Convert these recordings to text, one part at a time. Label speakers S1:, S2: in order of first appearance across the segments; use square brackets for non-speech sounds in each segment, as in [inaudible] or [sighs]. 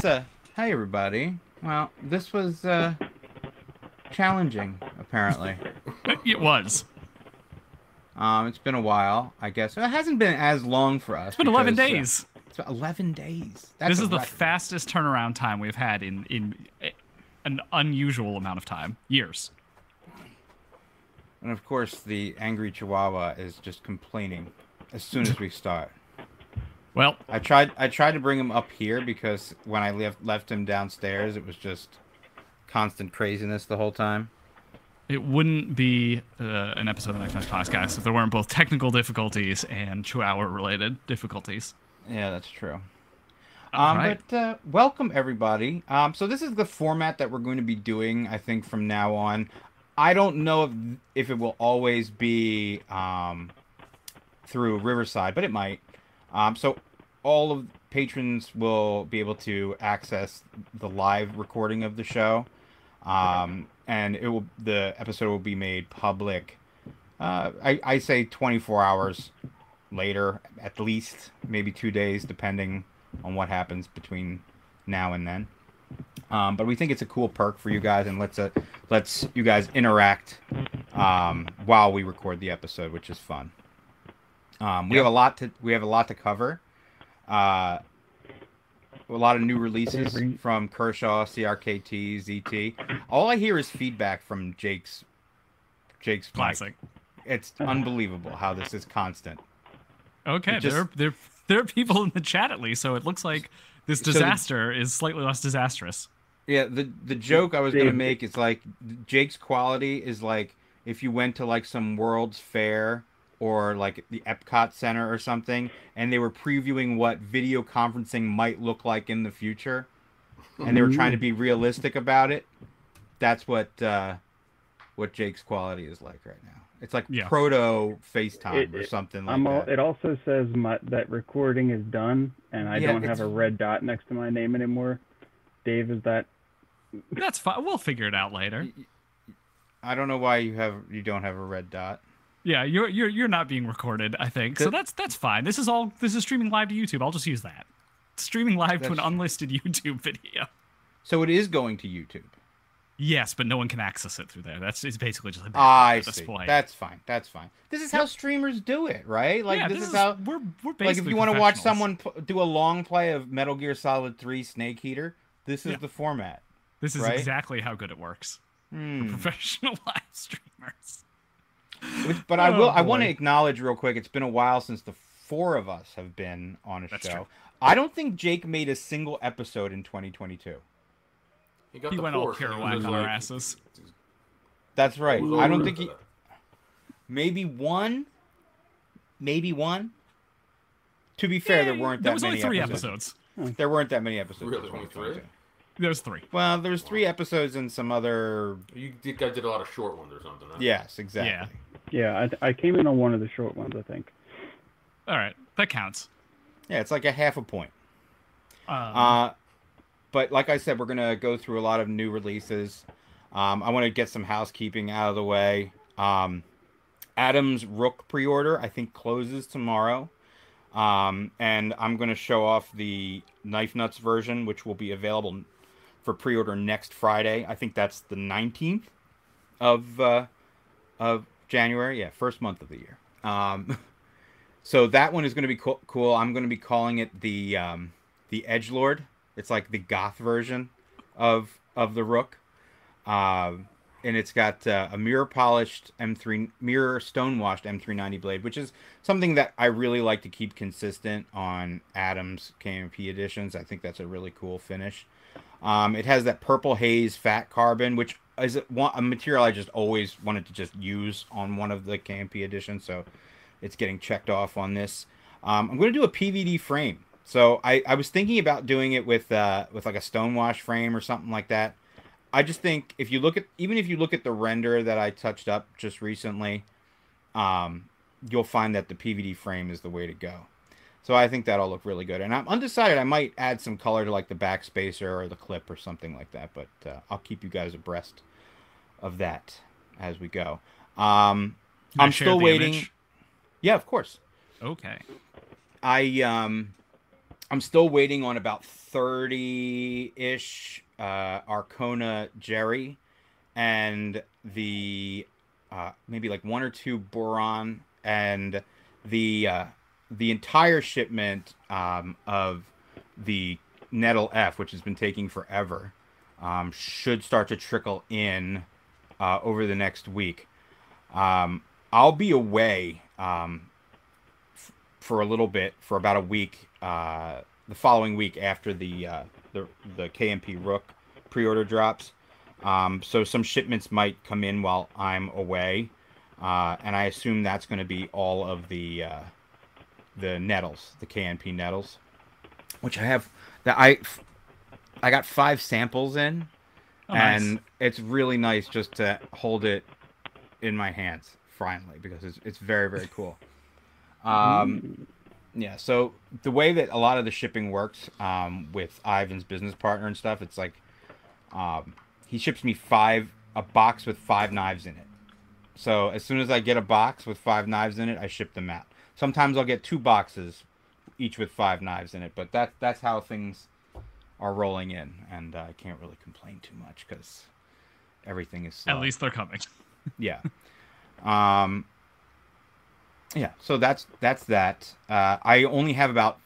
S1: Hey, everybody. Well, this was uh, challenging, apparently.
S2: It was.
S1: Um, it's been a while, I guess. It hasn't been as long for us.
S2: It's been 11
S1: because, uh,
S2: days.
S1: it's been 11 days. That's
S2: This
S1: a
S2: is the
S1: record.
S2: fastest turnaround time we've had in in eh, an unusual amount of time. Years.
S1: And of course, the angry chihuahua is just complaining as soon as we start.
S2: Well,
S1: I tried I tried to bring him up here because when I left left him downstairs, it was just constant craziness the whole time.
S2: it wouldn't be uh, an episode of the Next Men's Podcast if there weren't both technical difficulties and Chihuahua related difficulties.
S1: Yeah, that's true.
S2: All
S1: Um,
S2: right.
S1: But uh, welcome everybody. Um, so this is the format that we're going to be doing, I think, from now on. I don't know if if it will always be um, through Riverside, but it might. Um, so all of patrons will be able to access the live recording of the show, um, and it will the episode will be made public. Uh, I, I say 24 hours later, at least maybe two days, depending on what happens between now and then. Um, but we think it's a cool perk for you guys, and lets uh, lets you guys interact um, while we record the episode, which is fun. Um, we have a lot to we have a lot to cover. Uh, a lot of new releases from Kershaw, CRKT, ZT. All I hear is feedback from Jake's Jake's mic.
S2: Classic.
S1: It's unbelievable how this is constant.
S2: Okay,
S1: It just-
S2: there, there, there are people in the chat at least, so it looks like this
S1: So the-
S2: disaster is slightly less disastrous.
S1: Yeah, the the joke I was gonna
S3: Dave.
S1: make is like Jake's quality is like if you went to like some World's Fair or like the Epcot Center or something, and they were previewing what video conferencing might look like in the future, and they were trying to be realistic about it. That's what uh, what Jake's quality is like right now. It's like
S2: Yeah.
S1: proto FaceTime
S3: It-
S1: or
S3: it-
S1: something like
S3: I'm all,
S1: that.
S3: it also says my, that recording is done, and I
S1: Yeah,
S3: don't have
S1: it's-
S3: a red dot next to my name anymore. Dave, is that?
S2: That's fine. We'll figure it out later.
S1: I don't know why you have you don't have a red dot.
S2: Yeah, you're you're you're not being recorded, I think. So
S1: Good.
S2: that's that's fine. This is all this is streaming live to YouTube. I'll just use that. Streaming live to an
S1: That's-
S2: unlisted [laughs] YouTube video.
S1: So it is going to YouTube.
S2: Yes, but no one can access it through there. That's it's basically just a banner
S1: Ah, I
S2: at this
S1: see.
S2: point.
S1: That's fine. That's fine. This is how streamers do it, right? Like
S2: yeah,
S1: this, is how.
S2: we're we're basically
S1: Like if you want to watch
S2: professionals.
S1: someone p- do a long play of Metal Gear Solid Three Snake Heater, this is
S2: Yeah.
S1: the format.
S2: This is
S1: right?
S2: exactly how good it works. [laughs]
S1: Hmm.
S2: Professional [laughs] live streamers.
S1: [laughs]
S2: [laughs]
S1: Which- but I will.
S2: Oh,
S1: I want to
S2: boy.
S1: acknowledge real quick. It's been a while since the four of us have been on a
S2: That's
S1: show.
S2: true.
S1: I don't think Jake made a single episode in 2022.
S4: He got
S2: He
S4: the
S2: went all
S4: fourth, and it
S2: Kerouac
S4: was
S2: on our
S4: like-
S2: asses.
S1: That's right.
S4: it was
S1: I
S4: over
S1: don't think he.
S4: for that.
S1: Maybe one. Maybe one. To be fair, there
S2: Yay!
S1: weren't that
S2: there was
S1: many
S2: only three
S1: episodes.
S2: episodes.
S1: There weren't that many episodes. in
S4: Really, only three?
S1: 2022.
S2: There was three.
S1: Well, there's three episodes and some other.
S4: You did, guys did a lot of short ones or something. Huh?
S1: Yes, exactly.
S3: Yeah, I, I came in on one of the short ones, I think.
S2: All right, that counts.
S1: Yeah, it's like a half a point.
S2: Um,
S1: Uh, but like I said, we're gonna go through a lot of new releases. Um, I want to get some housekeeping out of the way. Um, Adam's Rook pre-order I think closes tomorrow, um, and I'm gonna show off the Knife Nuts version, which will be available for pre-order next Friday. I think that's the 19th of uh, of January. Yeah, first month of the year. Um, [laughs] so that one is going to be cool. cool. I'm going to be calling it the um, the Edge Lord. It's like the goth version of of the Rook, um, and it's got uh, a mirror polished M3 mirror stone washed M390 blade, which is something that I really like to keep consistent on Adam's KMP editions. I think that's a really cool finish. Um, it has that purple haze fat carbon, which is a, one- a material I just always wanted to just use on one of the KMP editions. So it's getting checked off on this. Um, I'm going to do a PVD frame. So I, I was thinking about doing it with uh, with like a stonewash frame or something like that. I just think if you look at even if you look at the render that I touched up just recently, um, you'll find that the PVD frame is the way to go. So I think that'll look really good. And I'm undecided. I might add some color to like the backspacer or the clip or something like that. But uh, I'll keep you guys abreast of that as we go. Um,
S2: can I
S1: I'm
S2: share
S1: still
S2: the
S1: waiting.
S2: image?
S1: Yeah, of course.
S2: Okay.
S1: I um I'm still waiting on about 30 ish uh, Arcona Jerry and the uh, maybe like one or two Boron and the uh, the entire shipment um, of the Nettle F, which has been taking forever, um, should start to trickle in uh, over the next week. Um, I'll be away um, f- for a little bit, for about a week, uh, the following week after the uh, the the KMP Rook pre-order drops. Um, so some shipments might come in while I'm away, uh, and I assume that's going to be all of the uh, the nettles, the KNP nettles, which I have that I I got five samples in,
S2: Oh, nice.
S1: and it's really nice just to hold it in my hands finally because it's it's very very
S2: [laughs]
S1: cool.
S2: Hmm.
S1: Um, yeah. So the way that a lot of the shipping works um, with Ivan's business partner and stuff, it's like um, he ships me five a box with five knives in it. So as soon as I get a box with five knives in it, I ship them out. Sometimes I'll get two boxes, each with five knives in it. But that that's how things are rolling in, and uh, I can't really complain too much because everything is slow.
S2: at least they're coming.
S1: Yeah. [laughs] Um Yeah, so that's that's that. Uh I only have about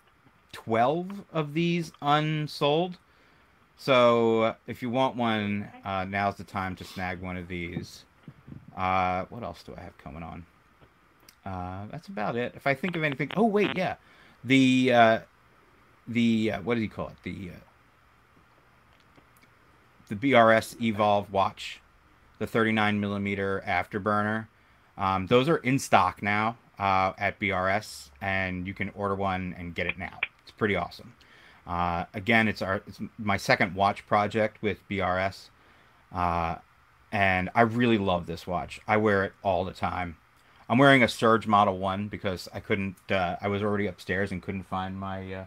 S1: 12 of these unsold. So uh, if you want one, uh now's the time to snag one of these. Uh what else do I have coming on? Uh that's about it. If I think of anything. Oh wait, yeah. The uh the uh, what do you call it? The uh, the BRS Evolve watch the 39 millimeter afterburner. Um, those are in stock now uh, at BRS, and you can order one and get it now. It's pretty awesome. Uh, again, it's our it's my second watch project with BRS, uh, and I really love this watch. I wear it all the time. I'm wearing a Surge Model One because I couldn't. Uh, I was already upstairs and couldn't find my. Uh,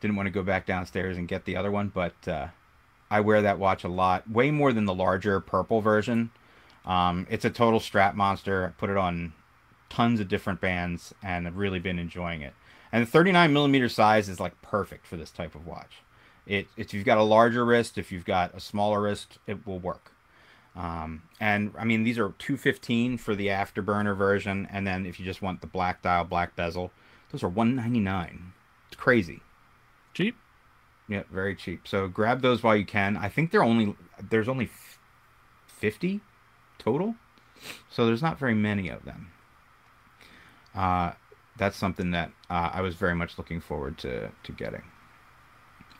S1: didn't want to go back downstairs and get the other one, but uh, I wear that watch a lot, way more than the larger purple version. Um, it's a total strap monster. I put it on tons of different bands and I've really been enjoying it. And the 39 millimeter size is like perfect for this type of watch. It, if you've got a larger wrist, if you've got a smaller wrist, it will work. Um, and I mean, these are 215 for the afterburner version. And then if you just want the black dial, black bezel, those are 199. It's crazy.
S2: Cheap.
S1: Yeah, very cheap. So grab those while you can. I think they're only there's only f- 50 total. So there's not very many of them. Uh, that's something that uh, I was very much looking forward to to getting.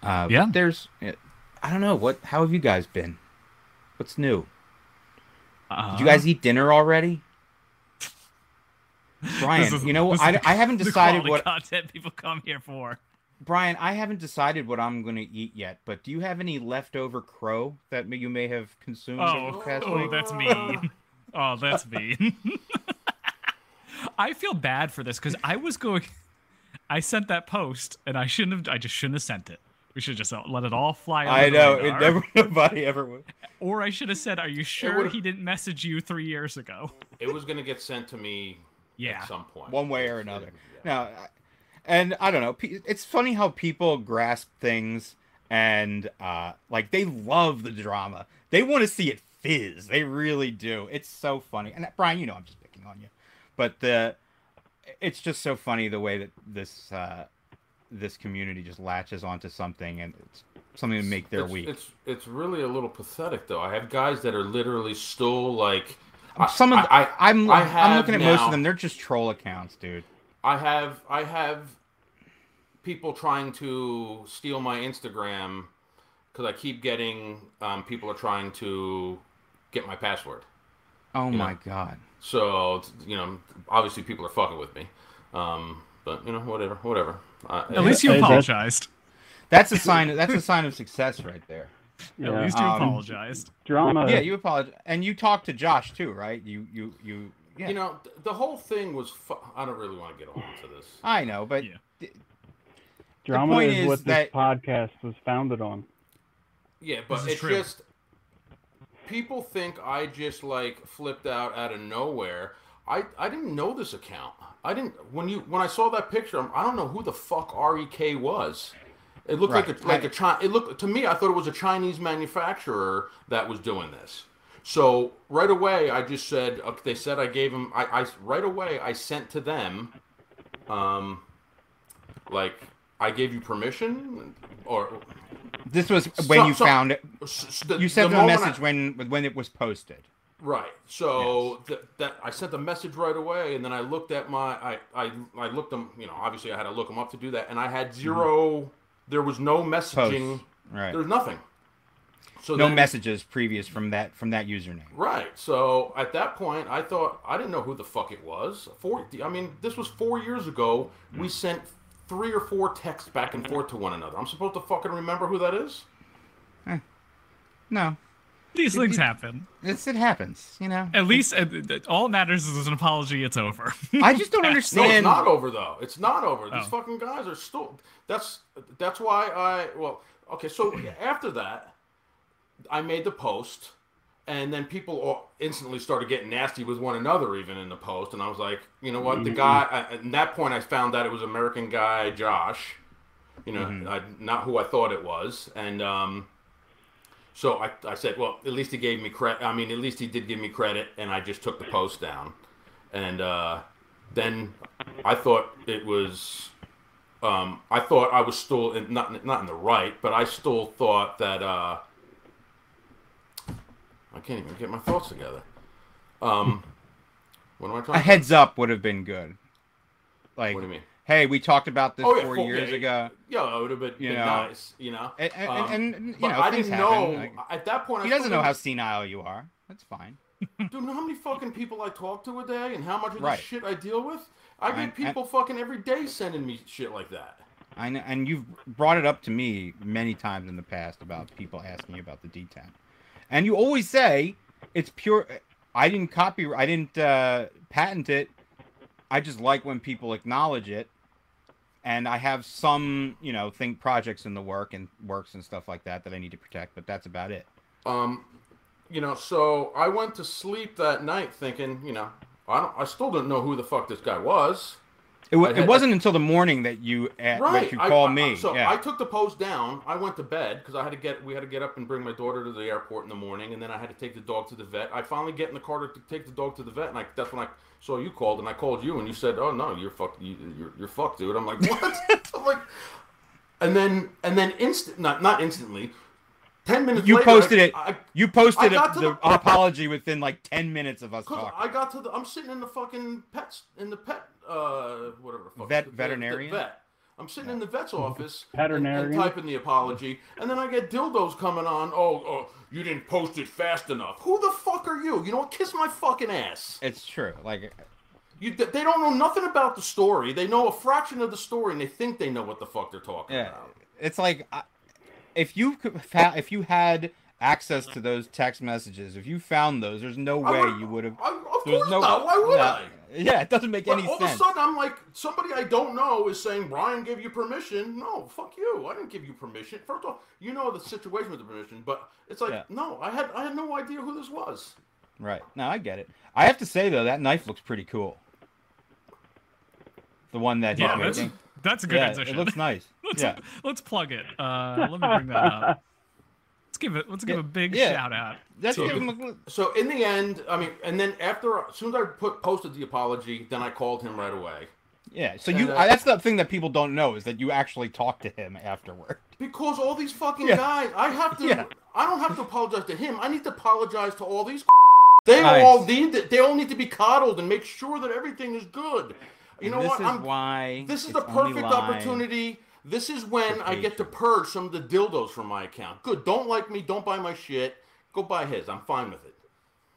S1: Uh,
S2: Yeah.
S1: There's I don't know what how have you guys been? What's new?
S2: Uh,
S1: Did you guys eat
S2: [laughs]
S1: dinner already? Brian,
S2: is-
S1: you know
S2: this
S1: I,
S2: is
S1: I [laughs] haven't
S2: the
S1: decided
S2: quality
S1: what
S2: content people come here for.
S1: Brian, I haven't decided what I'm going to eat yet, but do you have any leftover crow that may- you may have consumed over the
S2: Oh,
S1: past
S2: oh,
S1: week?
S2: that's
S1: [laughs]
S2: mean. Oh, that's mean. [laughs] I feel bad for this because I was going. I sent that post and I shouldn't have. I just shouldn't have sent it. We should just let it all fly. under
S1: I
S2: the
S1: know it
S2: radar.
S1: never [laughs] nobody ever would.
S2: Or I should have said, "Are you sure
S4: would've-
S2: he didn't message you three years ago?"
S4: It was gonna get sent to me
S2: Yeah.
S4: at some point,
S1: One way or
S4: It's-
S1: another.
S4: yeah.
S1: No, I- and I don't know. pe- It's funny how people grasp things and uh, like they love the drama. They want to see it fizz. They really do. It's so funny. And uh, Brian, you know I'm just picking on you, but the it's just so funny the way that this uh, this community just latches onto something and it's something to make their
S4: it's,
S1: week.
S4: It's it's really a little pathetic though. I have guys that are literally still like
S2: Um,
S4: I-
S1: Some of the,
S4: I, I
S1: I, am
S4: I
S1: I'm
S4: have
S1: looking at most
S4: now-
S1: of them. They're just troll accounts, dude.
S4: I have I have people trying to steal my Instagram because I keep getting um, people are trying to get my password.
S1: Oh
S4: Yeah.
S1: my god.
S4: So it's- you know, obviously people are fucking with me. Um, but you know, whatever, whatever. I,
S2: At least you
S3: Hey, that-
S2: apologized.
S1: That's a sign. That's a sign of success right there.
S2: At
S3: Mm, Yeah.
S2: least you
S1: Um,
S2: apologized.
S3: Drama.
S1: yeah, you apologize, and you talked to Josh too, right? You, you, you. Yeah,
S4: you know th- the whole thing was. Fu- I don't really want to get into this.
S1: I know, but
S2: Yeah.
S3: drama
S1: point
S3: is,
S1: is
S3: what this
S1: that-
S3: podcast was founded on.
S4: Yeah, but
S2: is
S4: it's
S2: true.
S4: just people think I just like flipped out out of nowhere. I I didn't know this account. I didn't when you when I saw that picture. I'm, I don't know who the fuck Rek was. It looked like
S1: Right.
S4: a, like a
S1: I-
S4: Chi- it looked to me. I thought it was a Chinese manufacturer that was doing this. So right away, I just said uh, they said I gave him. I, I right away I sent to them, um, like I gave you permission or
S1: This was when
S4: So-
S1: you
S4: so-
S1: found it.
S4: s- s- the-
S1: You
S4: the
S1: sent them a
S4: moment I-
S1: message when when it was posted.
S4: Right. So th- that I sent the message right away, and then I looked at my I I, I looked them. You know, obviously I had to look them up to do that, and I had 0 There was no messaging.
S1: Mm-hmm. Posts. Right.
S4: There's nothing. So
S1: no
S4: then-
S1: messages previous from that from that username.
S4: Right. So at that point, I thought I didn't know who the fuck it was. Four. I mean, this was four years ago.
S1: Mm-hmm.
S4: We sent three or four texts back and forth to one another. I'm supposed to fucking remember who that is.
S1: No,
S2: These things happen.
S1: it's, it happens. You
S4: [laughs]
S1: know.
S2: At least uh, th- th- all that matters is an apology. It's over. [laughs]
S1: I just don't
S4: No, it's
S1: understand.
S4: not over though. It's not over. These
S2: Oh.
S4: fucking guys are still. That's that's why I well okay. So after that, I made the post, and then people all instantly started getting nasty with one another, even in the post. And I was like, you know what, the guy. I, at that point, I found out it was American guy Josh. You know, I, not who I thought it was, and um. So I, I said, well, at least he gave me credit. I mean, at least he did give me credit, and I just took the post down. And uh, then I thought it was. Um, I thought I was still in, not not in the right, but I still thought that uh, I can't even get my thoughts together. Um, what am I talking?
S1: a heads up would have been good. Like,
S4: What do you mean?
S1: hey, we talked about this
S4: Oh,
S1: four
S4: yeah, full-
S1: years
S4: yeah,
S1: ago.
S4: about? Yeah, it would have been,
S1: You
S4: been
S1: know.
S4: nice, you know.
S1: And, and,
S4: Um,
S1: and, and, you
S4: but
S1: know,
S4: I
S1: things
S4: didn't
S1: happen.
S4: know
S1: Like,
S4: at that point.
S1: he
S4: I
S1: doesn't
S4: still
S1: know how
S4: didn't-
S1: senile you are. That's fine.
S4: Dude, you know how many fucking people I talk to a day and how much of
S1: Right.
S4: this shit I deal with? I
S1: And-
S4: get people fucking every day sending me shit like that.
S1: I know, and you've brought it up to me many times in the past about people asking you about the D10, and you always say it's pure. I didn't copy. I didn't uh, patent it. I just like when people acknowledge it, and I have some, you know, think projects in the work and works and stuff like that that I need to protect. But that's about it.
S4: Um, you know, so I went to sleep that night thinking, you know, I don't, I still don't know who the fuck this guy was.
S1: It, wa-
S4: I
S1: it
S4: had-
S1: wasn't until the morning that you a- that
S4: right.
S1: you
S4: I-
S1: call
S4: I-
S1: me.
S4: So
S1: yeah.
S4: I took the post down. I went to bed because I had to get we had to get up and bring my daughter to the airport in the morning, and then I had to take the dog to the vet. I finally get in the car to take the dog to the vet, and I, that's when I saw you called, and I called you, and you said, "Oh no, you're fucked. You, you're, you're fucked, dude." I'm like, [laughs] "What?" I'm like, and then and then instant not not instantly. Ten minutes.
S1: you
S4: later,
S1: posted
S4: I-
S1: it.
S4: I,
S1: you posted
S4: got
S1: it,
S4: to
S1: the,
S4: the-
S1: apology within like ten minutes of us
S4: Cause
S1: talking.
S4: I got to the. I'm sitting in the fucking pets in the pet uh whatever. the fuck,
S1: Vet-
S4: the- the- the
S1: veterinarian? Oh.
S4: vet. I'm sitting in the vet's office and- and,
S3: Veterinarian?
S4: typing the apology, and then I get dildos coming on. Oh, oh, you didn't post it fast enough. Who the fuck are you? You know what? Kiss my fucking ass.
S1: It's true. Like
S4: You, they don't know nothing about the story. They know a fraction of the story, and they think they know what the fuck they're talking
S1: Yeah,
S4: about.
S1: it's like I- if you could fa- if you had access to those text messages, if you found those, there's no
S4: I
S1: way
S4: would-
S1: you would have.
S4: I- Of course not. Why would I?
S1: Yeah, it doesn't make
S4: But
S1: any
S4: all of a
S1: sense.
S4: sudden, I'm like, somebody I don't know is saying, Brian gave you permission. No, fuck you. I didn't give you permission. First off, you know the situation with the permission, but it's like,
S1: Yeah.
S4: no, I had I had no idea who this was.
S1: Right. No, I get it. I have to say though, that knife looks pretty cool. The one that he
S2: yeah,
S1: made.
S2: that's that's a good
S1: yeah,
S2: transition.
S1: it looks
S2: [laughs]
S1: nice.
S2: let's,
S1: yeah.
S2: let's plug it. Uh, let me bring that up. Let's give it. Let's give
S1: Yeah,
S2: a big
S1: yeah.
S2: shout out.
S1: That's
S4: So-
S1: give him a gl-
S4: So in the end, I mean, and then after, as soon as I put posted the apology, then I called him right away
S1: yeah. So
S4: And,
S1: you
S4: uh,
S1: I, that's the thing that people don't know is that you actually talked to him afterward.
S4: because all these fucking
S1: Yeah.
S4: guys, I have to,
S1: Yeah.
S4: I don't have to apologize to him. I need to apologize to all
S1: [laughs]
S4: these. They
S1: Nice.
S4: all need, they all need to be coddled and make sure that everything is good. You know
S1: And this
S4: what?
S1: is
S4: I'm
S1: why
S4: This is
S1: it's
S4: the
S1: only
S4: perfect
S1: live.
S4: opportunity. This is when I get to
S1: patience.
S4: purge some of the dildos from my account. Good. Don't like me. Don't buy my shit. Go buy his. I'm fine with it.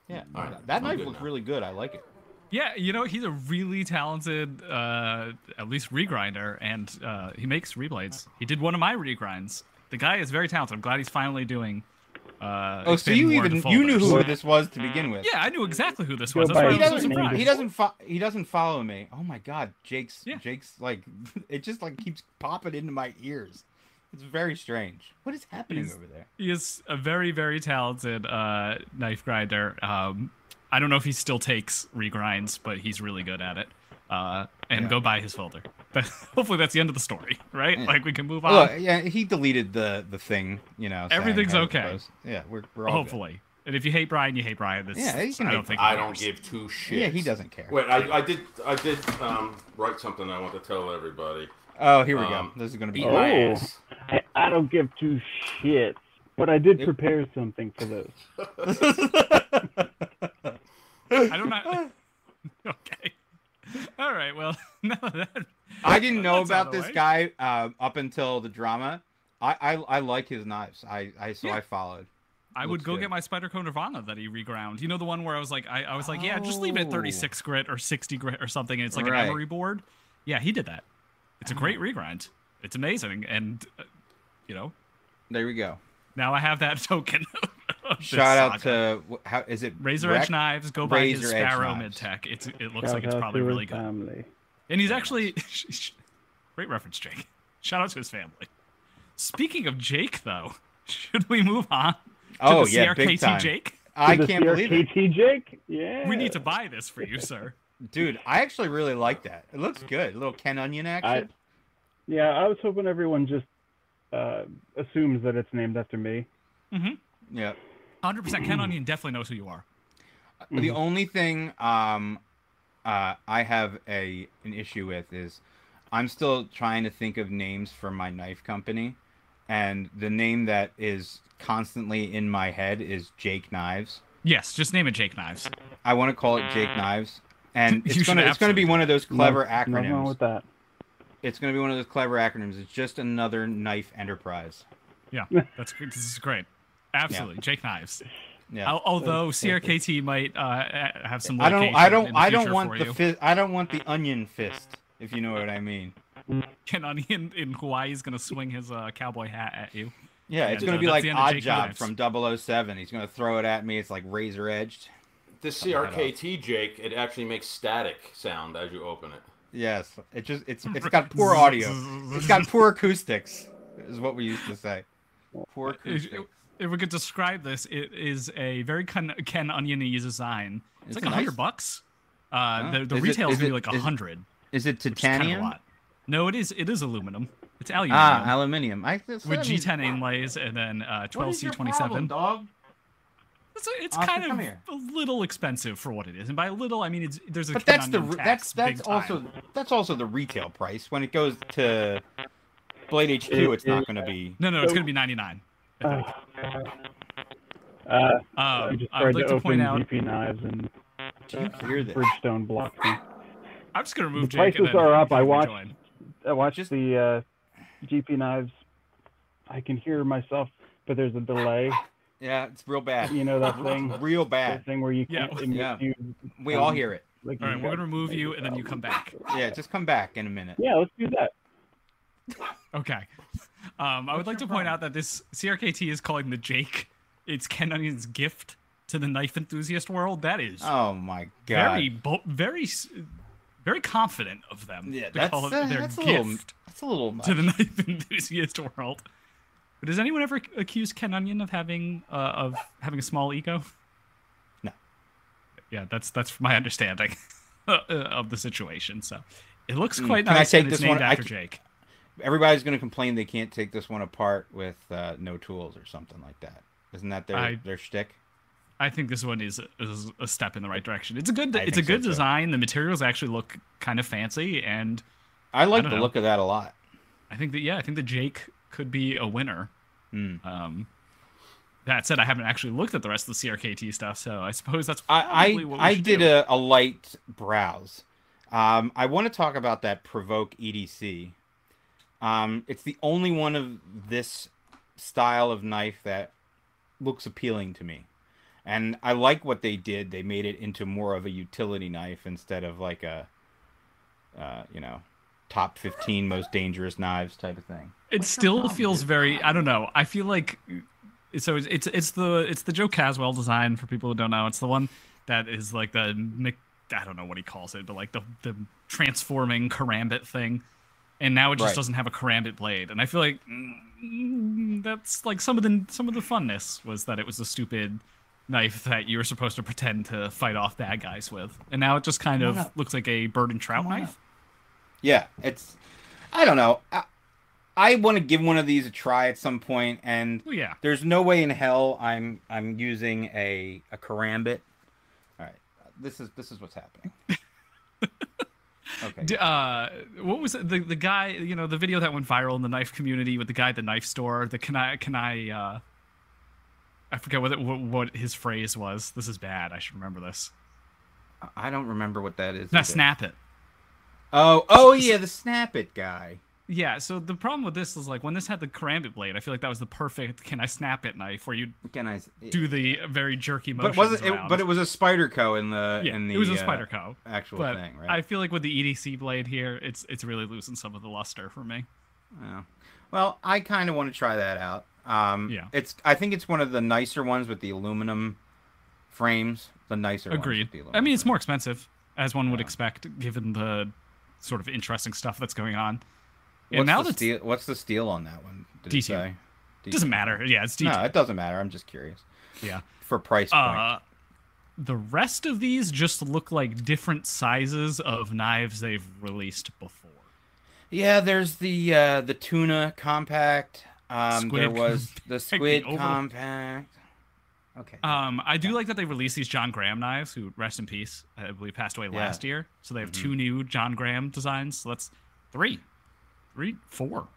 S1: Yeah.
S4: All right,
S1: That
S4: I'm
S1: knife
S4: good
S1: looks
S4: now.
S1: really good. I like it.
S2: Yeah, you know he's a really talented, uh, at least regrinder, and uh, he makes reblades. He did one of my regrinds. The guy is very talented. I'm glad he's finally doing. Uh,
S1: Oh, so
S2: expanding
S1: you
S2: more
S1: even
S2: into
S1: you knew
S2: folders.
S1: who this was to begin with.
S2: Yeah, I knew exactly who this
S3: Go
S2: was. That's why
S3: by
S2: I
S1: He
S2: was so
S3: his name.
S1: doesn't.
S2: surprised.
S1: He doesn't. Fo- he doesn't follow me. Oh my God, Jake's.
S2: Yeah.
S1: Jake's like, [laughs] it just like keeps popping into my ears. It's very strange. What is happening
S2: He's-
S1: over there?
S2: He is a very, very talented uh, knife grinder. Um, I don't know if he still takes regrinds, but he's really good at it. Uh, and
S1: Yeah.
S2: go buy his folder. [laughs] But hopefully that's the end of the story, [laughs] right?
S1: Yeah.
S2: Like we can move on.
S1: Look, yeah, he deleted the the thing. You know, saying,
S2: Everything's
S1: "Hey,
S2: okay."
S1: suppose- Yeah, we're we're all good.
S2: hopefully. And if you hate Brian, you hate Brian. This,
S1: Yeah, you can
S2: I don't
S1: hate-
S2: think
S4: I
S2: it
S4: don't
S2: matters.
S4: give two shits.
S1: Yeah, he doesn't care.
S4: Wait, I, I did I did um, write something I want to tell everybody.
S1: Oh, here we
S4: Um,
S1: go. This is gonna be.
S4: Beat
S1: great.
S4: my
S3: Oh.
S4: ass.
S3: I, I don't give two shits, but I did
S1: Yep.
S3: prepare something for those.
S2: [laughs] I don't
S1: [laughs]
S2: know. okay. All right. Well, [laughs] now that
S1: I didn't know
S2: That's out
S1: about
S2: of the
S1: this
S2: way.
S1: guy uh, up until the drama. I, I I like his knives. I I so
S2: Yeah.
S1: I followed.
S2: I would
S1: Looks
S2: go
S1: good.
S2: get my Spyderco Nirvana that he reground. You know the one where I was like, I, I was like, yeah, just leave it at
S1: Oh.
S2: 36 grit or 60 grit or something, and it's like
S1: Right. Mm-hmm.
S2: an emery board. Yeah, he did that. It's a great regrind. It's amazing, and uh, you know
S1: There we go.
S2: now I have that [laughs] token. of this
S1: Shout out
S2: saga.
S1: to wh- how is it
S2: Razor
S1: Rex?
S2: Edge knives. Go buy his
S1: Razor Edge
S2: Sparrow mid
S1: knives.
S2: tech. It's it looks
S3: Shout
S2: like it's
S3: out
S2: probably
S3: to his
S2: really good,
S3: Family.
S2: and he's actually [laughs] great reference, Jake. Shout out to his family. Speaking of Jake, though, [laughs] should we move on? To
S1: Oh
S2: the
S1: yeah,
S2: CRKT
S1: big time.
S2: Jake.
S1: I
S3: To the
S1: can't believe it,
S3: CRKT Jake? Yeah.
S2: We need to buy this for you, sir.
S1: dude. I actually really like that. It looks good. A little Ken Onion action.
S3: Yeah, I was hoping everyone just uh, assumes that it's named after me.
S1: yeah.
S2: 100% Ken Onion definitely knows who you are.
S1: The
S3: Mhm.
S1: only thing um, uh, I have a an issue with is I'm still trying to think of names for my knife company, and the name that is constantly in my head is Jake Knives.
S2: Yes, just name it Jake Knives.
S1: I want to call it Jake Knives, and
S2: Mm. [laughs] You
S1: it's
S2: should
S1: gonna it's gonna be
S2: absolutely
S1: one of those clever
S3: No- Nothing wrong
S1: acronyms.
S3: with that.
S1: It's gonna be one of those clever acronyms. It's just another knife enterprise.
S2: Yeah, that's great. This is great. Absolutely, Jake Knives.
S1: Yeah.
S2: Al Although CRKT might uh, have some.
S1: I don't.
S2: location
S1: I
S2: in
S1: don't.
S2: the
S1: I don't
S2: future
S1: want
S2: for
S1: the
S2: you.
S1: fist. I don't want the onion fist. If you know what I mean.
S2: Ken Onion in Hawaii is gonna swing his uh, cowboy hat at you. Yeah,
S1: Yeah, it's going
S2: no,
S1: to be
S2: that's
S1: like
S2: the end of
S1: Odd
S2: Jake
S1: Job
S2: Knives.
S1: from 007. He's going to throw it at me. It's like razor edged.
S4: This CRKT Jake, it actually makes static sound as you open it.
S1: Yes, it just it's
S2: [laughs]
S1: it's got poor audio. It's got poor acoustics, is what we used to say. Poor
S2: If,
S1: acoustics.
S2: if we could describe this, it is a very Ken, Ken Oniony design. It's,
S1: It's
S2: like
S1: a
S2: a hundred
S1: nice-
S2: bucks. Uh,
S1: Yeah.
S2: The the
S1: Is it-
S2: retail
S1: is
S2: is gonna
S1: it-
S2: be like
S1: is it
S2: a hundred.
S1: Is it
S2: which is kinda a
S1: titanium?
S2: lot. No, it is. It is aluminum. It's aluminum
S1: Ah, aluminium. I so
S2: with
S1: that means-
S2: G10 inlays and then uh,
S4: What is your
S2: 12C27.
S4: problem, dog?
S2: It's, it's
S1: Austin,
S2: kind of
S1: come here.
S2: a little expensive for what it is, and by little I mean it's there's a.
S1: But
S2: Ken
S1: that's the
S2: Onion
S1: re-
S2: tax
S1: that's that's
S2: big time.
S1: also that's also the retail price. When it goes to Blade HQ,
S3: It-
S1: it's not
S3: it-
S1: going to be.
S2: no no it's
S3: so-
S2: gonna be 99. I think.
S3: Ugh. Uh, I
S2: Um,
S3: just
S2: I'd
S3: tried
S2: like
S3: to
S2: to
S3: open
S2: point out.
S3: DP knives and
S1: Do you hear this?
S3: Bridgestone blocks. me.
S2: I'm just gonna remove
S3: The
S2: Jake and
S3: prices
S2: then
S3: are up.
S2: you can
S3: I watched-
S2: rejoin.
S3: I watched
S1: Just-
S3: the uh, GP knives. I can hear myself, but there's a delay.
S1: Yeah, it's real bad.
S3: You know that thing,
S1: Real
S3: that
S1: bad.
S3: thing where you
S2: Yeah.
S3: can't. it makes
S1: Yeah.
S3: You,
S1: We all hear it.
S3: like,
S2: All right,
S3: you
S2: we're
S3: got-
S2: gonna remove you and then you come back.
S1: Yeah, just come back in a minute.
S3: Yeah, let's do that.
S2: Okay. Um, I would like to point out that this CRKT is calling the Jake. It's Ken Onion's gift to the knife enthusiast world. That is
S1: Oh my god.
S2: very bo- very s- very confident of them
S1: Yeah,
S2: to
S1: that's,
S2: call it
S1: uh,
S2: their
S1: that's a
S2: gift
S1: little that's a little much.
S2: [laughs] to the knife enthusiast world. But does anyone ever accuse Ken Onion of having uh, of having a small ego?
S1: No.
S2: Yeah, that's that's my understanding [laughs] uh, of the situation. So it looks
S1: Mm,
S2: quite
S1: can I
S2: nice.
S1: take
S2: and it's
S1: this
S2: named
S1: one? I
S2: after
S1: c-
S2: Jake.
S1: Everybody's going to complain they can't take this one apart with uh, no tools or something like that. Isn't that their
S2: I-
S1: their shtick?
S2: I think this one is, is a step in the right direction. It's a good
S1: I
S2: it's a
S1: think so,
S2: good
S1: too.
S2: design. The materials actually look kind of fancy, and
S1: I like
S2: don't
S1: the
S2: know.
S1: look of that a lot.
S2: I think that yeah, I think that Jake could be a winner.
S1: Hmm.
S2: Um, that said, I haven't actually looked at the rest of the CRKT stuff, so I suppose that's
S1: I
S2: probably what we
S1: I, I
S2: should
S1: did
S2: do.
S1: a, a light browse. Um, I want to talk about that provoke EDC. Um, it's the only one of this style of knife that looks appealing to me, and I like what they did. They made it into more of a utility knife instead of like a, uh, you know, top fifteen most dangerous knives type of thing.
S2: It still feels very I don't know. I feel like so it's it's, it's the it's the Joe Caswell design for people who don't know. It's the one that is like the Mc, I don't know what he calls it, but like the the transforming karambit thing. And now it just
S1: Right.
S2: doesn't have a karambit blade. And I feel like mm, that's like some of the some of the funness was that it was a stupid knife that you were supposed to pretend to fight off bad guys with, and now it just kind of looks like a bird and trout knife.
S1: Yeah, it's. I don't know. I, I want to give one of these a try at some point, and
S2: Well, yeah,
S1: there's no way in hell I'm I'm using a a karambit. All right, this is this is
S2: [laughs]
S1: what's happening. Okay.
S2: D- uh, what was it? the the guy? You know, the video that went viral in the knife community with the guy at the knife store. The can I can I? Uh, I forget what, it, what what his phrase was. This is bad. I should remember this.
S1: I don't remember what that is.
S2: Now
S1: either.
S2: snap it.
S1: Oh, oh yeah, the snap it guy.
S2: Yeah. So the problem with this is like when this had the karambit blade, I feel like that was the perfect can I snap it knife where you
S1: Can I s-
S2: do the very jerky motion.
S1: But wasn't it? But it was a spider co in the
S2: yeah,
S1: in the
S2: it was a
S1: uh,
S2: spider co.
S1: actual
S2: But
S1: thing, right?
S2: I feel like with the EDC blade here, it's it's really losing some of the luster for me.
S1: Yeah. Well, I kind of want to try that out. Um,
S2: Yeah.
S1: It's. I think it's one of the nicer ones with the aluminum frames. The nicer. ones with
S2: Agreed.
S1: the aluminum
S2: I mean, it's
S1: frames.
S2: more expensive, as one would
S1: Yeah.
S2: expect, given the sort of interesting stuff that's going on.
S1: What's
S2: and now
S1: the
S2: that's
S1: steel, what's the steel on that one? Did it
S2: DTU.
S1: say?
S2: doesn't matter. Yeah, it's DT.
S1: No, it doesn't matter. I'm just curious
S2: yeah.
S1: for price point.
S2: Uh, the rest of these just look like different sizes of knives they've released before.
S1: yeah, there's the uh, the tuna compact. Um, there
S2: Squid
S1: was
S2: [laughs]
S1: the
S2: the
S1: squid
S2: oval-
S1: compact. Okay.
S2: Um, I do like that they released these John Graham knives, who rest in peace. I believe passed away
S1: Yeah.
S2: last year. So they have
S1: Mhm.
S2: two new John Graham designs. So that's three, three, four.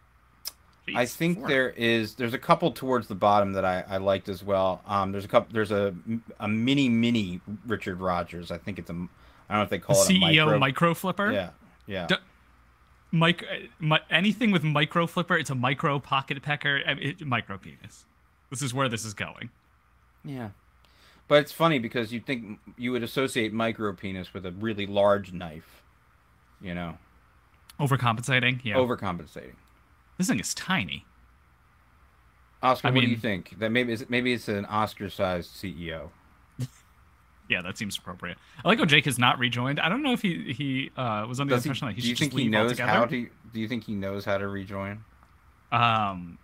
S1: I
S2: Jeez,
S1: think
S2: four.
S1: there is there's a couple towards the bottom that I, I liked as well. Um, there's a couple there's a a mini mini Richard Rogers. I think it's a m- I don't know if they
S2: the
S1: call it a
S2: CEO
S1: micro.
S2: micro, flipper.
S1: yeah, yeah.
S2: D- Mic- uh, mi- anything with micro flipper, it's a micro pocket pecker, uh, it, micro penis. This is where this is going.
S1: Yeah. But it's funny because you think you would associate micro penis with a really large knife, you know,
S2: Overcompensating. Yeah.
S1: overcompensating.
S2: this thing is tiny.
S1: Oscar,
S2: I
S1: what do you
S2: mean-
S1: think? That maybe is maybe it's an Oscar-sized E CEO.
S2: Yeah, that seems appropriate. I like how Jake has not rejoined. I don't know if he he uh, was under
S1: Does
S2: the
S1: he,
S2: impression that he
S1: do
S2: should
S1: you
S2: just
S1: think he
S2: leave
S1: knows
S2: altogether.
S1: how to? Do you think he knows how to rejoin?
S2: um,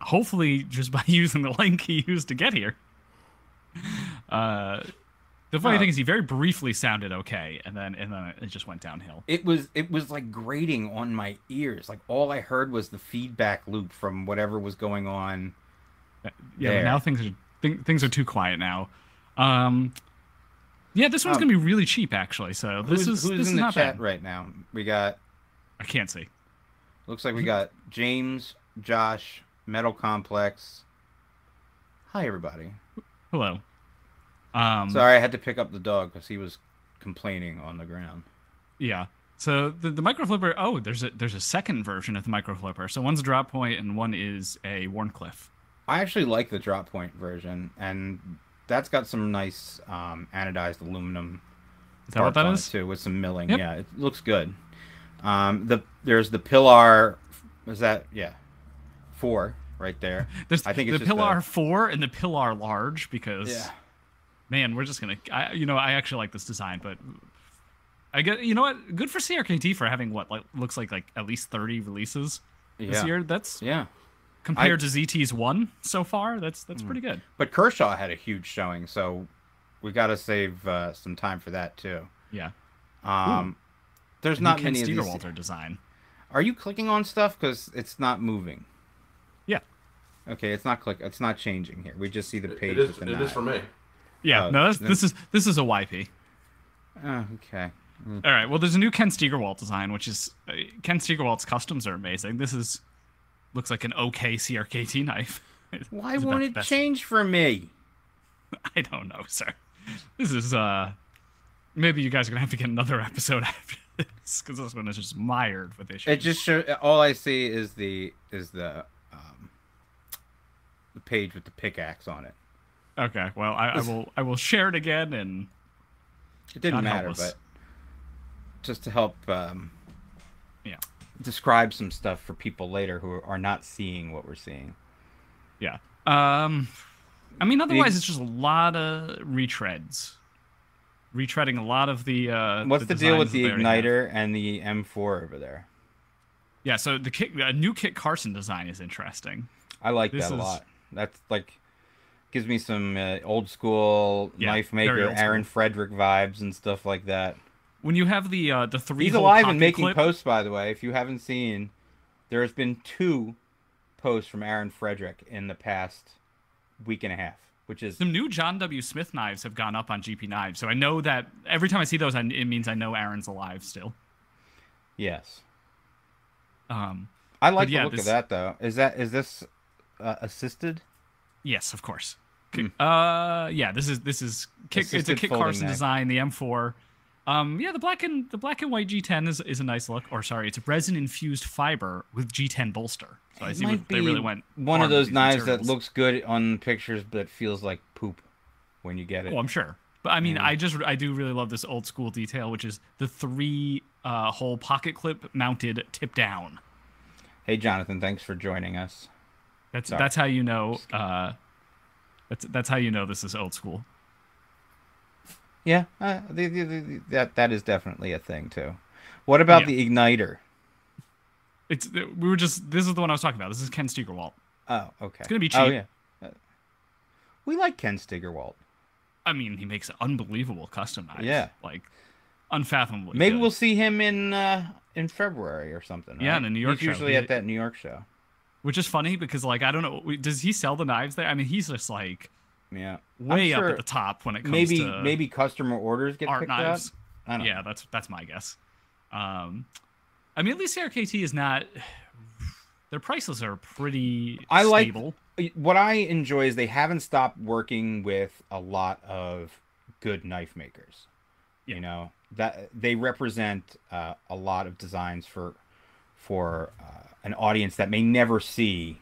S2: hopefully just by [laughs] using the link he used to get here. Uh, the funny
S1: Huh.
S2: thing is, he very briefly sounded okay, and then and then it just went downhill.
S1: it was it was like grating on my ears like all i heard was the feedback loop from whatever was going on
S2: Yeah,
S1: There.
S2: but now things are th- things are too quiet now. Um, yeah, this one's
S1: Um,
S2: gonna be really cheap actually. So this is
S1: who's, who's
S2: this
S1: in
S2: is
S1: the
S2: not
S1: chat
S2: bad.
S1: right now we got
S2: I can't see.
S1: looks like we got james josh metal complex hi everybody
S2: Hello. Um,
S1: sorry i had to pick up the dog because he was complaining on the ground
S2: Yeah. So the, the micro flipper. Oh, there's a there's a second version of the micro flipper. So one's a drop point and one is a Warncliffe.
S1: i actually like the drop point version and that's got some nice um, anodized aluminum
S2: Is that what
S1: parts
S2: that
S1: on it,
S2: is?
S1: too with some milling.
S2: Yep.
S1: Yeah, it looks good. Um, the there's the pillar. Is that yeah, four right there.
S2: [laughs] There's
S1: I think
S2: the
S1: it's just a-
S2: Pillar Four and the Pillar Large because man, we're just gonna. I, you know, I actually like this design, but I get you know what? Good for CRKT for having what like looks like like at least thirty releases this
S1: Yeah.
S2: year. That's
S1: yeah.
S2: compared to ZT's one so far. That's that's pretty good.
S1: But Kershaw had a huge showing, so we got to save uh, some time for that too.
S2: Yeah,
S1: Um, there's not
S2: Ken
S1: many of these.
S2: Steederwalter design.
S1: Are you clicking on stuff because it's not moving?
S2: Yeah,
S1: Okay, it's not click. It's not changing here. We just see the
S4: It-
S1: page.
S4: it is,
S1: with the
S4: it is
S1: nine.
S4: for me.
S2: yeah.
S1: Uh,
S2: no, that's,
S1: then-
S2: this is this is a YP.
S1: Oh, okay.
S2: All right. Well, there's a new Ken Stegerwalt design, which is uh, Ken Stegerwalt's customs are amazing. This is looks like an okay CRKT knife. [laughs] It's
S1: Why
S2: about
S1: won't
S2: the
S1: it
S2: best-
S1: change for me?
S2: I don't know, sir. This is uh, maybe you guys are gonna have to get another episode [laughs] after this because this one is just mired with issues.
S1: It just show all I see is the is the um, the page with the pickaxe on it.
S2: okay. Well, I, I will I will share it again and
S1: It didn't
S2: God help
S1: matter,
S2: us.
S1: but just to help um,
S2: yeah
S1: describe some stuff for people later who are not seeing what we're seeing.
S2: yeah. Um, I mean, otherwise it's just a lot of retreads, retreading a lot of the. Uh,
S1: What's the, deal with
S2: designs that
S1: the
S2: they already have.
S1: igniter and the M4 over there?
S2: Yeah, so the Kit, a new Kit Carson design is interesting.
S1: I like
S2: This
S1: that a
S2: is-
S1: lot. That's like Gives me some uh, old school
S2: Yeah,
S1: knife
S2: very
S1: maker
S2: old school.
S1: Aaron Frederick vibes and stuff like that.
S2: When you have the uh, the three
S1: He's
S2: hole
S1: alive
S2: pocket
S1: and making
S2: clip,
S1: posts, by the way. If you haven't seen, there has been two posts from Aaron Frederick in the past week and a half, which is
S2: Some new John W. Smith knives have gone up on GP Knives, so I know that every time I see those, I, it means I know Aaron's alive still.
S1: yes.
S2: Um,
S1: I like
S2: But yeah,
S1: the look
S2: this-
S1: of that though. Is that is this uh, assisted?
S2: yes, of course. Kick- Uh, yeah, this is this is kick, it's a
S1: Assisted
S2: Kit
S1: folding
S2: Carson
S1: knife.
S2: design, the M4. Um, yeah, the black and the black and white G10 is, is a nice look. Or sorry, it's resin infused fiber with G10 bolster. So Oh, I
S1: It
S2: see
S1: might
S2: what they
S1: be
S2: really went.
S1: One
S2: hard
S1: of
S2: with
S1: those
S2: these
S1: knives that
S2: materials.
S1: looks good on pictures but feels like poop when you get it.
S2: Well, Oh, I'm sure. But I mean,
S1: Yeah.
S2: I just I do really love this old school detail, which is the three uh, hole pocket clip mounted tip down.
S1: Hey Jonathan, thanks for joining us.
S2: That's
S1: Sorry.
S2: that's how you know. Uh, that's that's how you know this is old school.
S1: Yeah, uh, the, the, the, the- that that is definitely a thing too. What about
S2: Yeah.
S1: the igniter?
S2: It's we were just this is the one I was talking about. This is Ken Stiegerwalt.
S1: Oh, okay. It's
S2: gonna be
S1: Oh
S2: cheap.
S1: yeah. Uh, We like Ken Stigerwald.
S2: I mean, he makes unbelievable custom knives.
S1: Yeah.
S2: like unfathomably.
S1: Maybe
S2: good.
S1: we'll see him in uh, in February or something.
S2: Yeah,
S1: right?
S2: in the New York
S1: He's
S2: show.
S1: usually
S2: He-
S1: at that New York show.
S2: which is funny because like I don't know, we- does he sell the knives there? I mean, he's just like
S1: Yeah. I'm
S2: way up
S1: sure
S2: at the top when it comes
S1: Maybe
S2: to
S1: maybe customer orders get
S2: art
S1: picked
S2: knives.
S1: up. I don't
S2: yeah, that's that's my guess. Um, I mean, at least CRKT is not. [sighs] Their prices are pretty
S1: I like-
S2: stable.
S1: know. What I enjoy is they haven't stopped working with a lot of good knife makers.
S2: Yeah.
S1: You know that they represent uh, a lot of designs for for uh, an audience that may never see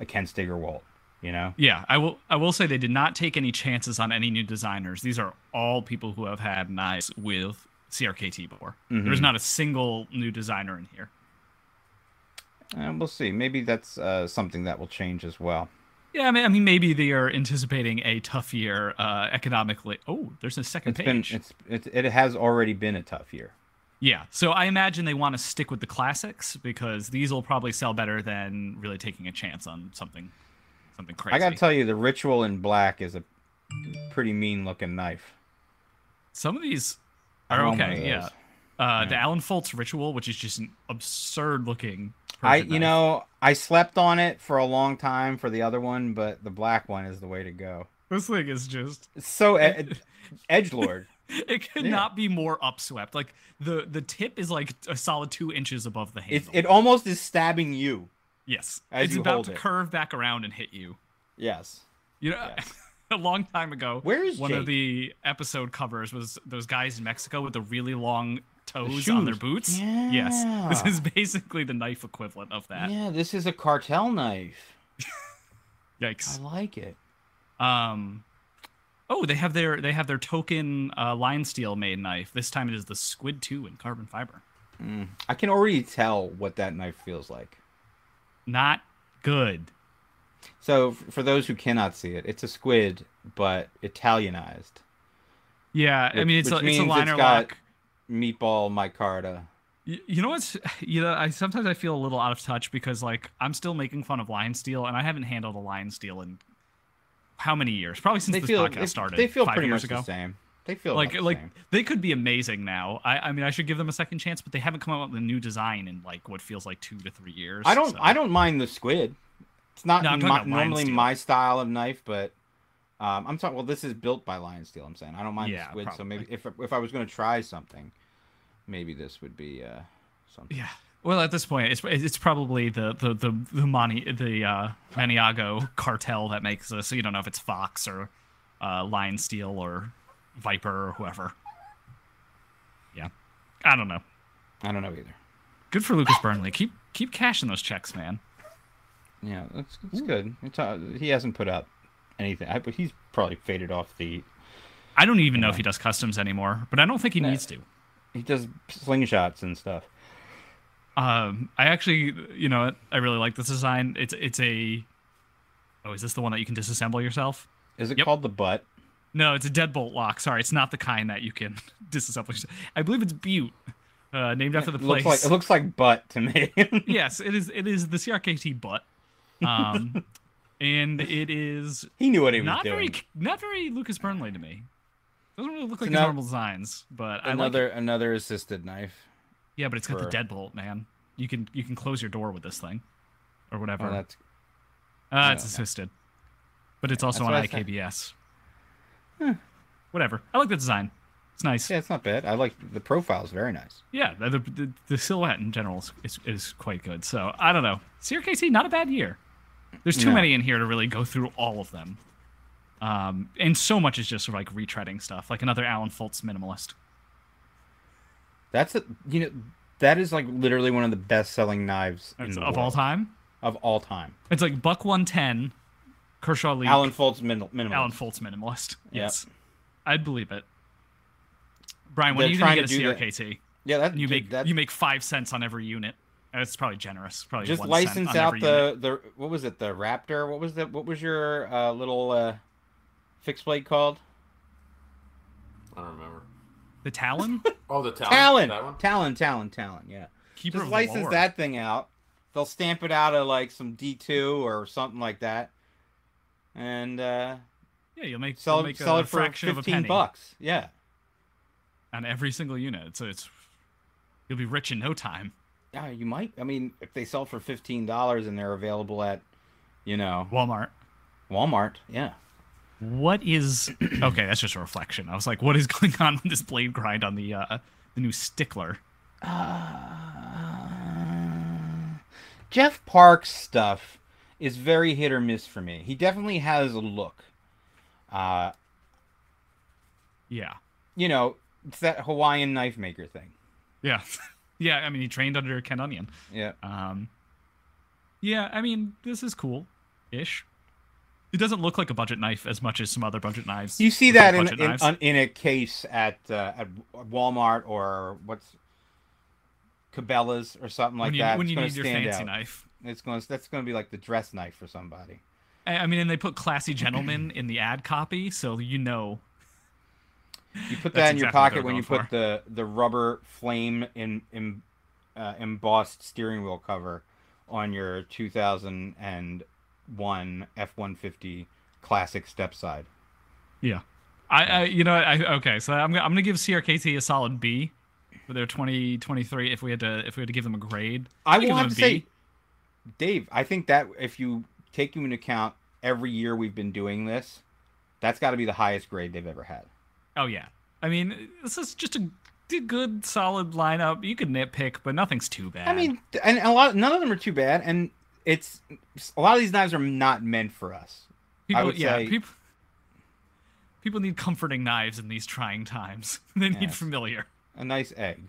S1: a Ken Stigerwald. You know.
S2: Yeah, I will. I will say they did not take any chances on any new designers. These are all people who have had knives with CRKT before. There's
S1: Mhm.
S2: not a single new designer in here.
S1: Uh, we'll see. Maybe that's uh, something that will change as well.
S2: Yeah, I mean, I mean, maybe they are anticipating a tough year uh, economically. Oh, there's a 2nd
S1: It's
S2: page.
S1: been it's, it's it has already been a tough year.
S2: Yeah, so I imagine they want to stick with the classics because these will probably sell better than really taking a chance on something, something crazy.
S1: I gotta tell you, the ritual in black is a pretty mean looking knife.
S2: some of these
S1: I
S2: are
S1: want one of
S2: Oh, okay. Yeah,
S1: those.
S2: uh, the
S1: Yeah.
S2: Alan Foltz ritual, which is just an absurd looking.
S1: I
S2: Persian
S1: you
S2: knife.
S1: know I slept on it for a long time for the other one, but the black one is the way to go.
S2: this thing is just
S1: It's so [laughs] ed-
S2: [laughs]
S1: edge lord.
S2: it could
S1: uh, Yeah.
S2: not be more upswept. Like the the tip is like a solid two inches above the
S1: It
S2: handle.
S1: it almost is stabbing you.
S2: yes,
S1: as
S2: it's
S1: you
S2: about
S1: hold
S2: to
S1: it.
S2: curve back around and hit you.
S1: Yes.
S2: You know, [laughs] a long time ago,
S1: Where is
S2: one of
S1: Jake?
S2: the episode covers was those guys in Mexico with the really long toes on their
S1: shoes.
S2: boots. Yes, [laughs]
S1: Yeah.
S2: this is basically the knife equivalent of that.
S1: Yeah, this is a cartel knife. I
S2: Yikes.
S1: like it.
S2: Um, oh, they have their they have their token uh, line steel made knife. This time it is the Squid Two in carbon fiber.
S1: Mm. I can already tell what that knife feels like.
S2: Not good.
S1: So, f- for those who cannot see it, it's a squid, but Italianized.
S2: Yeah, I
S1: Which-
S2: mean it's a,
S1: which
S2: it's a
S1: means
S2: liner
S1: it's got-
S2: lock.
S1: Meatball micarta.
S2: Y- You know what's [sighs] you know I sometimes I feel a little out of touch because like I'm still making fun of lion steel and I haven't handled a lion steel in how many years? Probably since
S1: They
S2: this
S1: feel
S2: podcast
S1: they-
S2: started.
S1: they feel
S2: five
S1: pretty
S2: years
S1: much
S2: ago.
S1: the same. They feel
S2: Like
S1: about the
S2: like
S1: same.
S2: they could be amazing now. I I mean I should give them a second chance, but they haven't come out with a new design in like what feels like two to three years.
S1: I don't
S2: so-
S1: I don't mind the squid. It's not
S2: No, I'm talking
S1: my,
S2: about lion
S1: normally
S2: steel.
S1: my style of knife, but um, I'm talking. Well, this is built by lion steel. I'm saying I don't mind
S2: Yeah,
S1: the squid. So
S2: probably.
S1: maybe if if I was going to try something, maybe this would be uh, something.
S2: Yeah. Well, at this point, it's it's probably the the the the Mani, the uh, Maniago cartel that makes this. So you don't know if it's Fox or uh, Lion Steel or Viper or whoever. Yeah, I don't know.
S1: I don't know either.
S2: Good for Lucas Burnley. Keep keep cashing those checks, man.
S1: Yeah, that's, that's good. It's, uh, he hasn't put out anything, I, but he's probably faded off the
S2: I don't even know if he does customs anymore, but I don't think he
S1: No.
S2: needs to.
S1: He does slingshots and stuff.
S2: Um, I actually, you know, what? I really like this design. It's it's a. Oh, is this the one that you can disassemble yourself?
S1: Is it
S2: Yep.
S1: called the butt?
S2: No, it's a deadbolt lock. Sorry, it's not the kind that you can [laughs] disassemble. I believe it's Butte, uh, named after the
S1: It
S2: place.
S1: looks like
S2: [laughs]
S1: it looks like butt to me. [laughs] [laughs]
S2: yes, it is. It is the CRKT butt. Um, and it is
S1: He knew what he was
S2: not
S1: doing.
S2: very not very Lucas Burnley to me. Doesn't really look like his
S1: Ano-
S2: normal designs, but I like it.
S1: another another assisted knife.
S2: Yeah, but it's got
S1: for-
S2: the deadbolt, man. You can you can close your door with this thing, or whatever.
S1: Oh, that's
S2: uh, it's
S1: yeah.
S2: assisted, but it's also
S1: That's
S2: on
S1: what I said.
S2: IKBS. Whatever. I like the design. It's nice.
S1: yeah, it's not bad. I like the profile's very nice.
S2: Yeah, the, the, the silhouette in general is, is, is quite good. So I don't know. CRKC, not a bad year. There's too
S1: No.
S2: many in here to really go through all of them. Um, and so much is just like retreading stuff, like another Alan Fultz minimalist.
S1: That's a, you know that is like literally one of the best selling knives in
S2: It's
S1: the
S2: of all
S1: world.
S2: time.
S1: Of all time.
S2: It's like Buck 110, Kershaw Lee,
S1: Alan Folt's minimal.
S2: Alan Fultz minimalist.
S1: Yep.
S2: Yes. I'd believe it. Brian, when
S1: They're
S2: are you
S1: trying
S2: going to
S1: to do
S2: get a
S1: that-
S2: CRKT?
S1: Yeah, that
S2: And you
S1: dude,
S2: make
S1: that-
S2: you make five cents on every unit. That's probably generous. Probably
S1: just
S2: one cent
S1: license
S2: on
S1: out
S2: every unit.
S1: the the what was it the Raptor? What was that? What was your uh, little uh, fixed blade called?
S4: I don't remember.
S2: the
S1: [laughs]
S2: Talon.
S4: Oh, the talent.
S1: Talon,
S4: That one.
S1: Talon, Talon, Talon. Yeah,
S2: Keeper
S1: just
S2: of
S1: license
S2: the lore.
S1: that thing out. They'll stamp it out of like some D two or something like that, and uh,
S2: Yeah, you'll make
S1: sell
S2: you'll
S1: it
S2: make
S1: sell
S2: a
S1: it for
S2: fraction of a
S1: fifteen
S2: penny
S1: bucks. Yeah,
S2: on every single unit. So it's you'll be rich in no time.
S1: yeah, you might. I mean, if they sell for fifteen dollars and they're available at, you know,
S2: Walmart.
S1: Walmart. Yeah,
S2: What is [clears throat] okay? That's just a reflection. I was like, what is [laughs] going on with this blade grind on the uh the new stickler?
S1: Uh, Jeff Park's stuff is very hit or miss for me. He definitely has a look. Uh,
S2: Yeah,
S1: you know, it's that Hawaiian knife maker thing.
S2: yeah, [laughs] yeah. I mean, he trained under Ken Onion.
S1: Yeah.
S2: Um, yeah, I mean, this is cool, ish. It doesn't look like a budget knife as much as some other budget knives.
S1: You see
S2: Those are
S1: that in
S2: budget
S1: in,
S2: knives.
S1: un- in a case at uh, at Walmart or what's Cabela's or something like
S2: when you,
S1: that.
S2: when
S1: It's
S2: you
S1: gonna
S2: need your
S1: stand
S2: fancy
S1: out.
S2: knife.
S1: It's going to that's going to be like the dress knife for somebody.
S2: I, I mean, and they put "classy gentleman" in the ad copy, so you know
S1: You put
S2: That's
S1: that in
S2: exactly
S1: your
S2: what they're
S1: pocket when you
S2: going
S1: put
S2: for.
S1: the the rubber flame in, in uh, embossed steering wheel cover on your 2001 F150 classic step side.
S2: Yeah. I, I you know, I okay, so I'm, gonna- I'm going to give CRKT a solid B for their 2023 if we had to if we had to give them a grade.
S1: I
S2: I'd give
S1: will
S2: them
S1: have to
S2: a
S1: say,
S2: B.
S1: Dave, I think that if you take into account every year we've been doing this, that's got to be the highest grade they've ever had.
S2: Oh yeah. I mean, this is just a d- good solid lineup. You could nitpick, but nothing's too bad.
S1: I mean, th- and a lot, none of them are too bad, and it's a lot of these knives are not meant for us.
S2: people,
S1: would
S2: yeah,
S1: say-
S2: people people need comforting knives in these trying times. [laughs] they need
S1: Yes.
S2: familiar.
S1: A nice egg.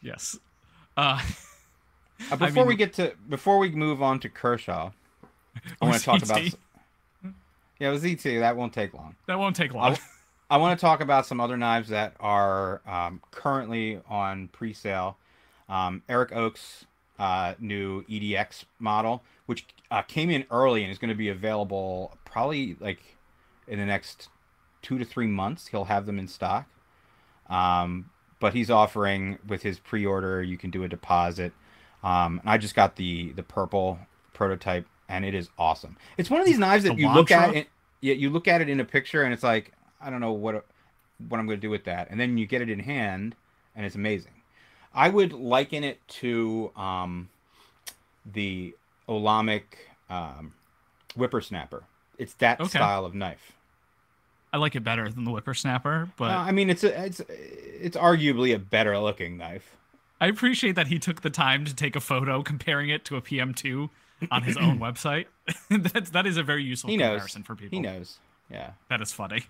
S2: Yes. Uh
S1: Uh,
S2: I
S1: before we
S2: mean-
S1: get to before we move on to Kershaw, I
S2: Or [laughs]
S1: want to talk about.
S2: ZT.
S1: s- Yeah, it was ZT. That won't take long.
S2: that won't take long.
S1: I want to talk about some other knives that are um, currently on pre-sale. Um, Eric Oak's uh, new EDX model, which uh, came in early and is going to be available probably like in the next two to three months. He'll have them in stock. Um, but he's offering with his pre-order, you can do a deposit. Um, and I just got the the purple prototype, and it is awesome. It's one of these knives that
S2: The
S1: you look at
S2: Lantra?
S1: it, yeah, you look at it in a picture, and it's like I don't know what what I'm going to do with that. And then you get it in hand, and it's amazing. I would liken it to um, the Olamic um, whippersnapper. It's that
S2: Okay.
S1: style of knife.
S2: I like it better than the whippersnapper, but
S1: Uh, I mean, it's a, it's it's arguably a better looking knife.
S2: I appreciate that he took the time to take a photo comparing it to a PM2 on his
S1: [clears throat]
S2: own website. [laughs] That's that is a very useful
S1: He knows.
S2: comparison for people.
S1: He knows. Yeah,
S2: That is funny.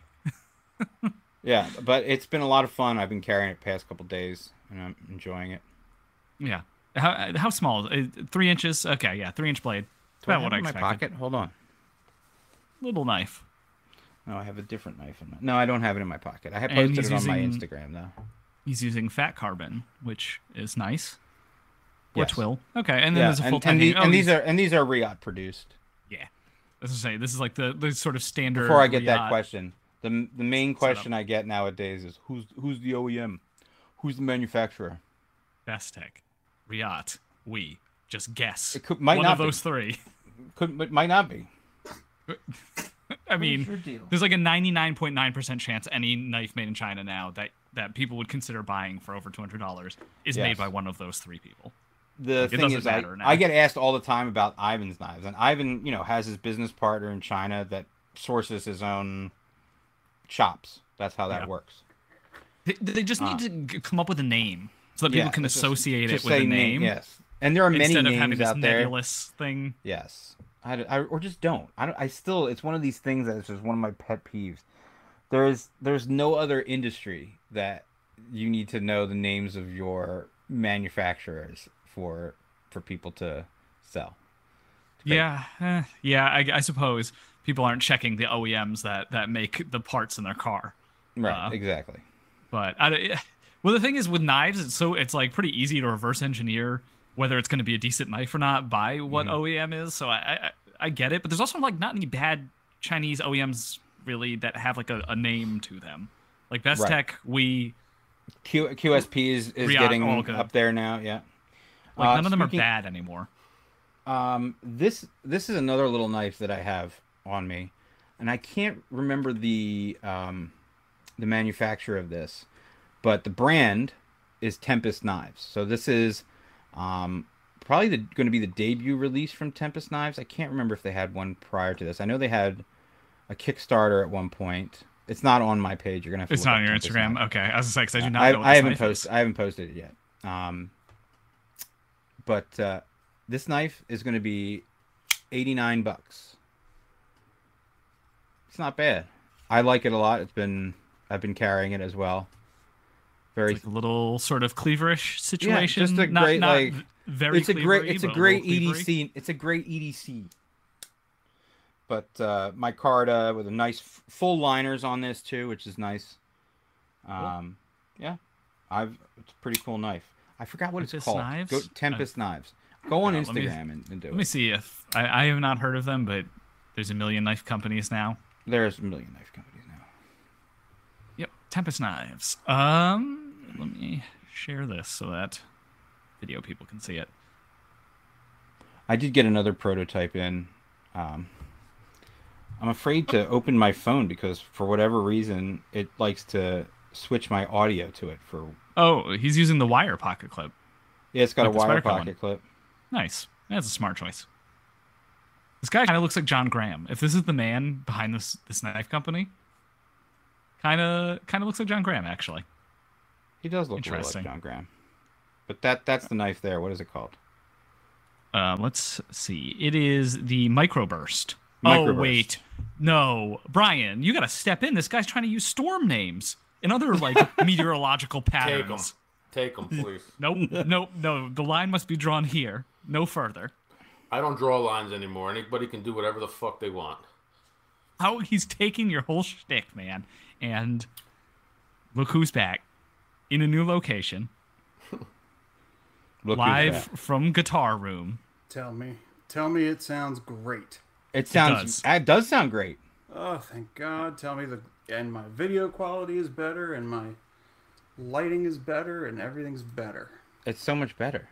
S1: yeah. But it's been a lot of fun. I've been carrying it past couple days, and I'm enjoying it.
S2: Yeah. How how small? is it? Uh, Three inches. Okay, yeah, three inch blade. It's
S1: Do I
S2: about
S1: have
S2: what
S1: it
S2: I
S1: in my
S2: expected.
S1: pocket? Hold on.
S2: Little knife.
S1: No, I have a different knife in my. No, I don't have it in my pocket. I have
S2: And
S1: posted
S2: he's
S1: it on my
S2: using-
S1: Instagram though.
S2: He's using fat carbon, which is nice. Or
S1: Yes.
S2: twill. Okay, and then
S1: yeah,
S2: there's a
S1: and-
S2: full time. oh,
S1: and, the- and these are and these are Riot produced.
S2: yeah. As I say, this is like the, the sort of standard.
S1: Before I get that
S2: Riot-
S1: question, the m- the main
S2: up.
S1: question I get nowadays is who's who's the OEM, who's the manufacturer?
S2: Bestech, Riot, we just guess.
S1: It could, might
S2: One
S1: not
S2: of those
S1: be.
S2: three.
S1: Could, but might not be.
S2: I mean,
S5: your deal?
S2: there's like a 99.9% chance any knife made in China now that that people would consider buying for over $200 is
S1: Yes.
S2: made by one of those three people.
S1: the
S2: It
S1: thing
S2: doesn't
S1: is, I,
S2: matter now.
S1: I get asked all the time about Ivan's knives, and Ivan, you know, has his business partner in China that sources his own chops. That's how that
S2: Yeah.
S1: works.
S2: They, they just need
S1: Ah.
S2: to g- come up with a name so that
S1: Yeah,
S2: people can
S1: it's just-
S2: associate
S1: Just
S2: it with
S1: say
S2: a name,
S1: yes. And there are many
S2: instead of having
S1: names
S2: this
S1: out there.
S2: nebulous thing.
S1: Yes. I, d- I- or just don't. I don't. I still. It's one of these things that's just one of my pet peeves. There is. There's no other industry that you need to know the names of your manufacturers for for people to sell. Great.
S2: Yeah, eh, yeah. I, I suppose people aren't checking the OEMs that that make the parts in their car.
S1: Right.
S2: Uh,
S1: exactly.
S2: But I, [laughs] don't- well, the thing is with knives, it's so it's like pretty easy to reverse engineer whether it's going to be a decent knife or not by what
S1: Mhm.
S2: OEM is. So I, I I get it, but there's also like not any bad Chinese OEMs really that have like a, a name to them. Like Best
S1: Right.
S2: Tech, we
S1: Q, QSP is, is
S2: Riot,
S1: getting
S2: all good.
S1: up there now. Yeah.
S2: like
S1: Uh,
S2: none of them
S1: speaking-
S2: are bad anymore.
S1: Um, this this is another little knife that I have on me, and I can't remember the um, the manufacturer of this, but the brand is Tempest Knives. So this is um, probably the, going to be the debut release from Tempest Knives. I can't remember if they had one prior to this. I know they had a Kickstarter at one point. It's not on my page. You're gonna have to.
S2: It's
S1: look
S2: not
S1: up
S2: on your
S1: Tempest
S2: Instagram.
S1: Knives.
S2: Okay, I was like, 'cause I do not
S1: I,
S2: know. What
S1: I
S2: this
S1: haven't
S2: knife is.
S1: posted. I haven't posted it yet. Um, but uh, this knife is going to be eighty nine bucks. It's not bad. I like it a lot. It's been I've been carrying it as well. Very.
S2: It's like a little sort of cleaverish
S1: Yeah,
S2: situation.
S1: just a
S2: not,
S1: great,
S2: not
S1: like-
S2: v- very.
S1: it's a
S2: cleavery,
S1: great. It's a
S2: but
S1: great E
S2: little cleavery.
S1: EDC. It's a great EDC. But uh, my Carta with a nice f- full liners on this too, which is nice. Um, yeah, I've it's a pretty cool knife. I forgot what it's
S2: Tempest
S1: called.
S2: knives?
S1: Go, Tempest knives. Go on
S2: Uh, let me-
S1: Instagram and, and do
S2: Let me
S1: it.
S2: see if I, I have not heard of them, but there's a million knife companies now.
S1: There's a million knife companies now.
S2: Yep, Tempest knives. Um, let me share this so that video people can see it.
S1: I did get another prototype in. Um, I'm afraid to open my phone because for whatever reason it likes to switch my audio to it for.
S2: Oh, he's using the wire pocket clip.
S1: Yeah, it's got
S2: Like the
S1: a wire
S2: Spyderco one.
S1: pocket clip.
S2: Nice. That's a smart choice. This guy kind of looks like John Graham. If this is the man behind this this knife company, kind of kind of looks like John Graham actually.
S1: He does look a little
S2: Interesting.
S1: like John Graham. But that that's the knife there. What is it called?
S2: Uh, let's see. It is the microburst. Oh
S1: Microburst.
S2: wait, no, Brian, you got to step in. This guy's trying to use storm names and other like meteorological
S4: Take them.
S2: patterns.
S4: Take them, please.
S2: Nope, nope, no. The line must be drawn here, no further.
S4: I don't draw lines anymore. Anybody can do whatever the fuck they want.
S2: How he's taking your whole shtick, man. And look who's back in a new location,
S1: Look who's
S2: live
S1: back.
S2: from Guitar Room.
S5: Tell me. Tell me it sounds great.
S1: It sounds.
S2: does.
S1: It does sound great.
S5: Oh, thank God. Tell me the and my video quality is better and my lighting is better and everything's better.
S1: It's so much better.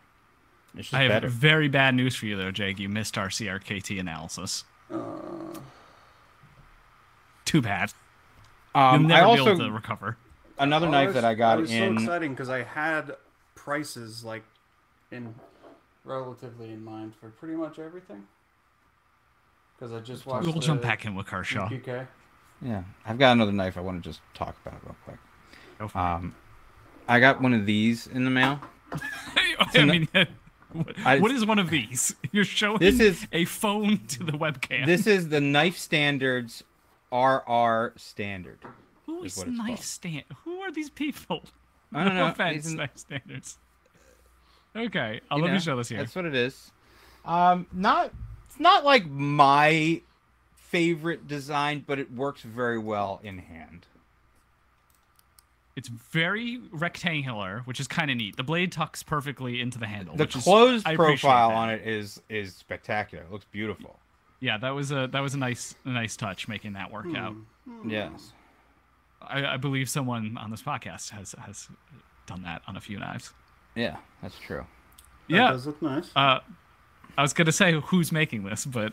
S1: It's just
S2: I have
S1: better.
S2: very bad news for you though, Jake. You missed our CRKT analysis. Too bad. You'll
S1: Um, I
S2: never be
S1: also
S2: able to recover.
S1: another
S5: Oh,
S1: knife
S5: was-
S1: that I got
S5: it was
S1: in.
S5: so exciting because I had prices like in relatively in mind for pretty much everything. Because I just watched.
S2: We'll
S5: the
S2: jump back in with Kershaw.
S5: PK.
S1: yeah, I've got another knife I want to just talk about real quick.
S2: Go for it.
S1: Um, I got one of these in the mail.
S2: [laughs] I mean, what- [laughs]
S1: I-
S2: what is one of these? You're showing
S1: This is-
S2: a phone to the webcam.
S1: This is the Knife Standards RR standard.
S2: Who
S1: is
S2: is
S1: what it's
S2: knife
S1: called.
S2: stand? Who are these people?
S1: I don't
S2: no
S1: know.
S2: offense,
S1: these-
S2: knife standards. Okay, I'll
S1: you
S2: let
S1: know,
S2: me show this here.
S1: That's what it is. Um, not it's not like my favorite design, but it works very well in hand.
S2: It's very rectangular, which is kind of neat. The blade tucks perfectly into the handle.
S1: The
S2: which is-
S1: closed
S2: I appreciate
S1: profile
S2: that.
S1: on it is is spectacular. It looks beautiful.
S2: Yeah, that was a that was a nice a nice touch making that work out.
S1: Hmm. Yes.
S2: I, I believe someone on this podcast has has done that on a few knives.
S1: Yeah, that's true.
S5: That
S2: yeah,
S5: does look nice.
S2: [laughs] Uh, I was gonna say who's making this, but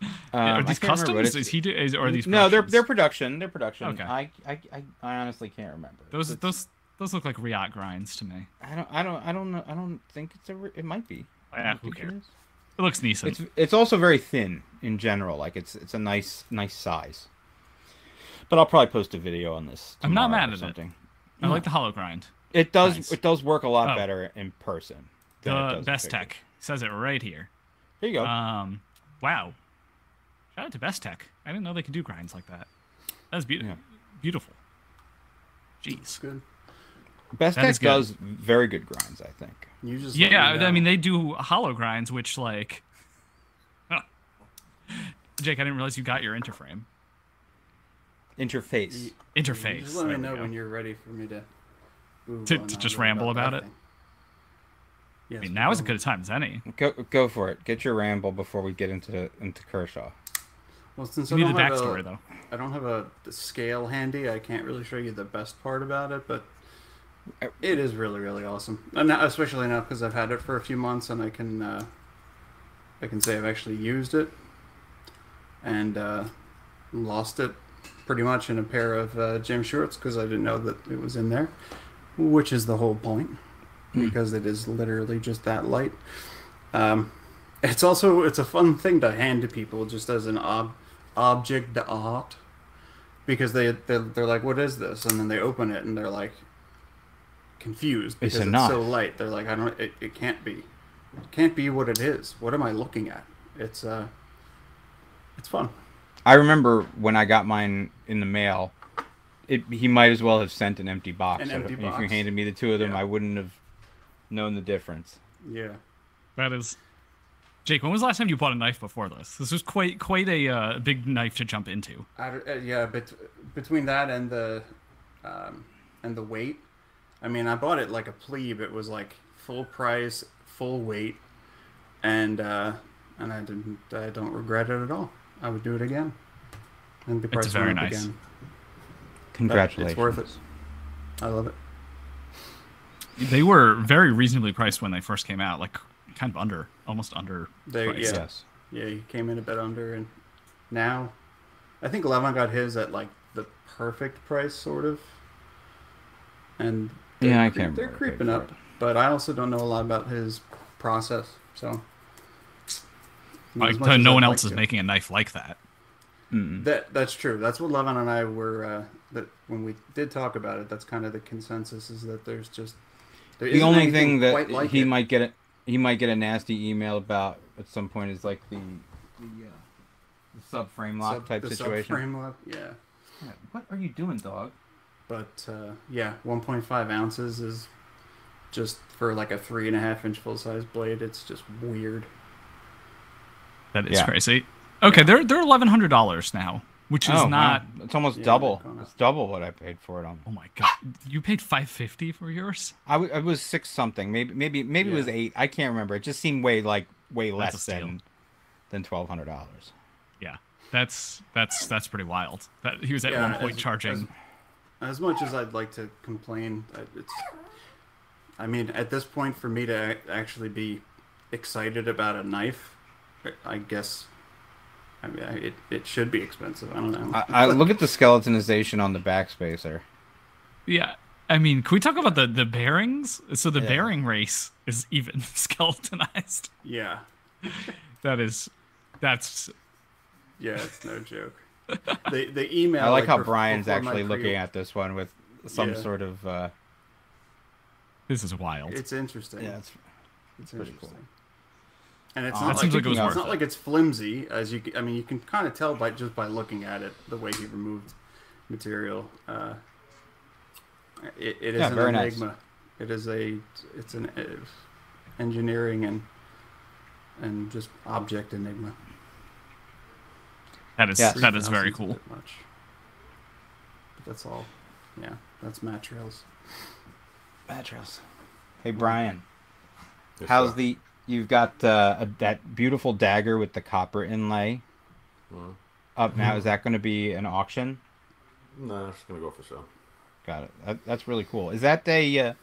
S1: Um,
S2: are
S1: I
S2: these
S1: can't remember what
S2: customs?
S1: it's-
S2: Is he? Do, is, are these?
S1: no, they're
S2: productions?
S1: they're production. They're production.
S2: Okay.
S1: I, I I I honestly can't remember.
S2: Those
S1: It's-
S2: those those look like Riot grinds to me.
S1: I don't I don't I don't know I don't think it's a re- it might be. I
S2: Yeah,
S1: don't
S2: Ah, who
S1: think it
S2: cares?
S1: is.
S2: It looks decent.
S1: It's it's also very thin in general. Like it's it's a nice nice size. But I'll probably post a video on this.
S2: I'm not
S1: tomorrow
S2: mad
S1: or
S2: at it.
S1: something.
S2: I like the hollow grind.
S1: It does
S2: Nice.
S1: it does work a lot
S2: Oh.
S1: better in person. than it does
S2: The
S1: in
S2: best
S1: picture.
S2: tech says it right here.
S1: Here you go.
S2: Um, wow. Shout out to Best Tech. I didn't know they could do grinds like that. That's beautiful.
S1: Yeah.
S2: Beautiful. Jeez.
S5: Good.
S1: best
S2: that
S1: tech
S2: is good.
S1: does very good grinds. I think.
S5: You just let
S2: Yeah,
S5: me
S1: um,
S2: I mean
S5: know.
S2: they do hollow grinds, which like. [laughs] Jake, I didn't realize you got your interframe
S1: Interface.
S2: interface.
S5: You just let me
S2: there we
S5: know
S2: go.
S5: when you're ready for me to move
S2: To-
S5: on
S2: to
S5: now
S2: just
S5: about
S2: ramble
S5: that
S2: about it?
S5: thing.
S2: I
S5: Yes,
S2: mean, now is as
S5: um,
S2: good a time as any.
S1: Go go for it. Get your ramble before we get into into Kershaw.
S5: Well, since
S2: You
S5: I
S2: need
S5: don't
S2: the
S5: have a-
S2: backstory though.
S5: I don't have a scale handy. I can't really show you the best part about it, but it is really, really awesome. And now- especially now because I've had it for a few months, and I can, uh, I can say I've actually used it, and uh, lost it pretty much in a pair of uh, gym shorts because I didn't know that it was in there, which is the whole point,
S1: Hmm.
S5: because it is literally just that light. Um, it's also it's a fun thing to hand to people just as an ob- object art because they they're, they're like what is this and then they open it and they're like confused
S1: It's
S5: because
S1: a
S5: it's,
S1: knife.
S5: so light they're like I don't it, it can't be it can't be what it is what am I looking at it's uh it's fun
S1: I remember when I got mine in the mail, it, he might as well have sent an empty box.
S5: An
S1: If-
S5: empty
S1: if, you
S5: box.
S1: handed me the two of them,
S5: Yeah.
S1: I wouldn't have known the difference.
S5: yeah
S2: That is. Jake, when was the last time you bought a knife before this? This was quite quite a uh, big knife to jump into.
S5: I, don't- uh, yeah, but between that and the um, and the weight, I mean, I bought it like a plebe. It was like full price, full weight, and uh, and I didn't. I don't regret it at all. I would do it again. And the price
S2: very
S5: went up
S2: nice.
S5: Again. But
S1: Congratulations.
S5: It's worth it. I love it.
S2: They were very reasonably priced when they first came out, like kind of under, almost under.
S5: They,
S2: price.
S5: yeah.
S1: Yes.
S5: Yeah, he came in a bit under, and now, I think Levon got his at like the perfect price, sort of. And they're
S1: Yeah, I
S5: creep-
S1: can't remember what
S5: They're
S1: I paid
S5: creeping
S1: for
S5: up, but I also don't know a lot about his process, so. As
S2: Like,
S5: much as
S2: no
S5: I'd
S2: one
S5: like
S2: else is
S5: to.
S2: making a knife like that.
S5: That that's true. That's what Levon and I were. Uh, that when we did talk about it, that's kind of the consensus is that there's just. there
S1: The
S5: isn't
S1: only thing
S5: anything
S1: that
S5: quite like
S1: he
S5: it.
S1: might get a, he might get a nasty email about at some point is like the the, uh, the subframe lock
S5: Sub-
S1: type
S5: the
S1: situation.
S5: subframe lock, yeah.
S1: Yeah, What are you doing, dog?
S5: But uh, yeah, 1.5 ounces is just for like a three and a half inch full size blade. It's just weird.
S2: That is
S1: Yeah.
S2: crazy. Okay, they're they're eleven hundred dollars now, which is
S1: oh, wow.
S2: not.
S1: It's almost
S5: Yeah,
S1: double.
S5: they've gone up.
S1: It's double what I paid for it on.
S2: Oh my god, you paid five fifty for yours.
S1: I, w- it was six something. Maybe maybe maybe it was
S5: Yeah.
S1: eight. I can't remember. It just seemed way like way
S2: That's a
S1: less
S2: steal.
S1: than than twelve hundred
S5: [laughs]
S1: dollars.
S2: Yeah, that's that's that's pretty wild. That he was at
S5: Yeah,
S2: one point
S5: as-
S2: charging.
S5: as- As much as I'd like to complain, I- it's. I mean, at this point, for me to ac- actually be excited about a knife, I guess. I mean, I- it, it should be expensive. I don't know.
S1: I, I look at the skeletonization on the backspacer.
S2: Yeah. I mean, can we talk about the, the bearings? So the
S1: Yeah.
S2: bearing race is even [laughs] skeletonized.
S5: yeah,
S2: That is, that's
S5: yeah,
S1: [laughs]
S5: it's no joke. the the email.
S1: I like how
S5: bef-
S1: Brian's
S5: before my
S1: actually looking
S5: pre-
S1: at this one with some
S5: Yeah.
S1: sort of uh,
S2: this is wild.
S5: It's interesting.
S1: yeah. It's,
S5: It's
S1: pretty
S5: pretty
S1: cool.
S5: cool. And it's
S1: Uh,
S5: not
S1: That
S5: like
S1: seems like it was
S5: it's
S1: worth
S5: not
S2: it.
S5: like it's flimsy as you. c- I mean, you can kind of tell by just by looking at it the way he removed material. Uh, it, it is
S1: Yeah,
S5: an
S1: very nice.
S5: enigma. It is a it's an uh, engineering and and just object enigma.
S2: that is
S1: yeah.
S2: that is very
S5: 3000's a
S2: cool.
S5: bit much. But that's all. Yeah, that's Matrails.
S1: Hey Brian,
S4: Yes,
S1: how's
S4: sir.
S1: the? You've got uh, a, that beautiful dagger with the copper inlay
S4: Mhm.
S1: up now. Is that going to be an auction?
S4: No, it's gonna go for sale.
S1: Got it. That, that's really cool. Is that a? Uh,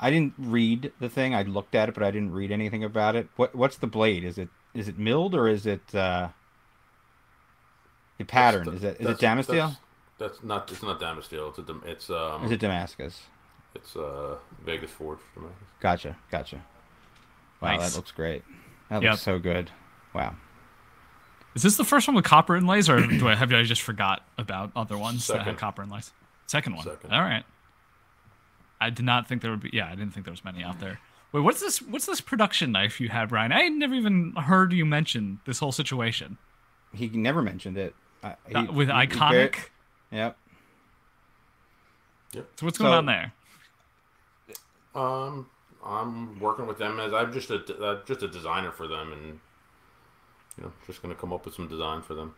S1: I didn't read the thing. I looked at it, but I didn't read anything about it. What What's the blade? Is it Is it milled or is it uh, The pattern
S4: That's-
S1: is it is it
S4: that's-
S1: Damascus?
S4: That's, that's not. It's not Damascus. It's a. Dam- It's um.
S1: Is it Damascus?
S4: It's uh Vegas Forge. Damascus.
S1: Gotcha, gotcha. Wow,
S2: Nice.
S1: that looks great. That
S2: Yep.
S1: looks so good. Wow.
S2: Is this the first one with copper inlays, or do I have I just forgot about other ones that had
S4: Second.
S2: copper inlays? Second one.
S4: Second.
S2: All right. I did not think there would be. Yeah, I didn't think there was many out there. Wait, what's this? What's this production knife you had, Brian? I had never even heard you mention this whole situation
S1: He never mentioned it. I- he-
S2: Uh, with
S1: he- he bar-
S2: iconic.
S1: Yep.
S2: so what's going
S1: so-
S2: on there?
S4: Um, I'm working with them as I'm just a uh, just a designer for them, and you know, just gonna come up with some design for them.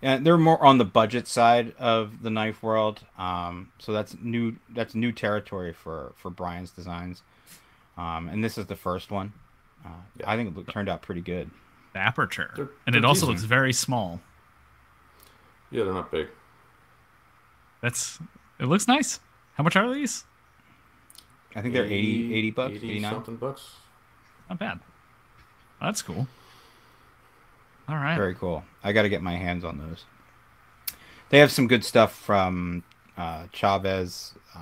S1: Yeah, they're more on the budget side of the knife world. Um, so that's new. That's new territory for for Brian's designs. Um, and this is the first one. Uh, I think it look- turned out pretty good.
S2: The aperture,
S4: They're-
S2: and
S4: they're
S2: it also
S4: decent.
S2: looks very small.
S4: Yeah, they're not big.
S2: That's. It looks nice. How much are these?
S1: I think they're 80, 80 bucks,
S4: 80
S1: 89.
S4: something bucks.
S2: Not bad. That's cool. All right.
S1: Very cool. I got to get my hands on those. They have some good stuff from uh, Chavez, uh,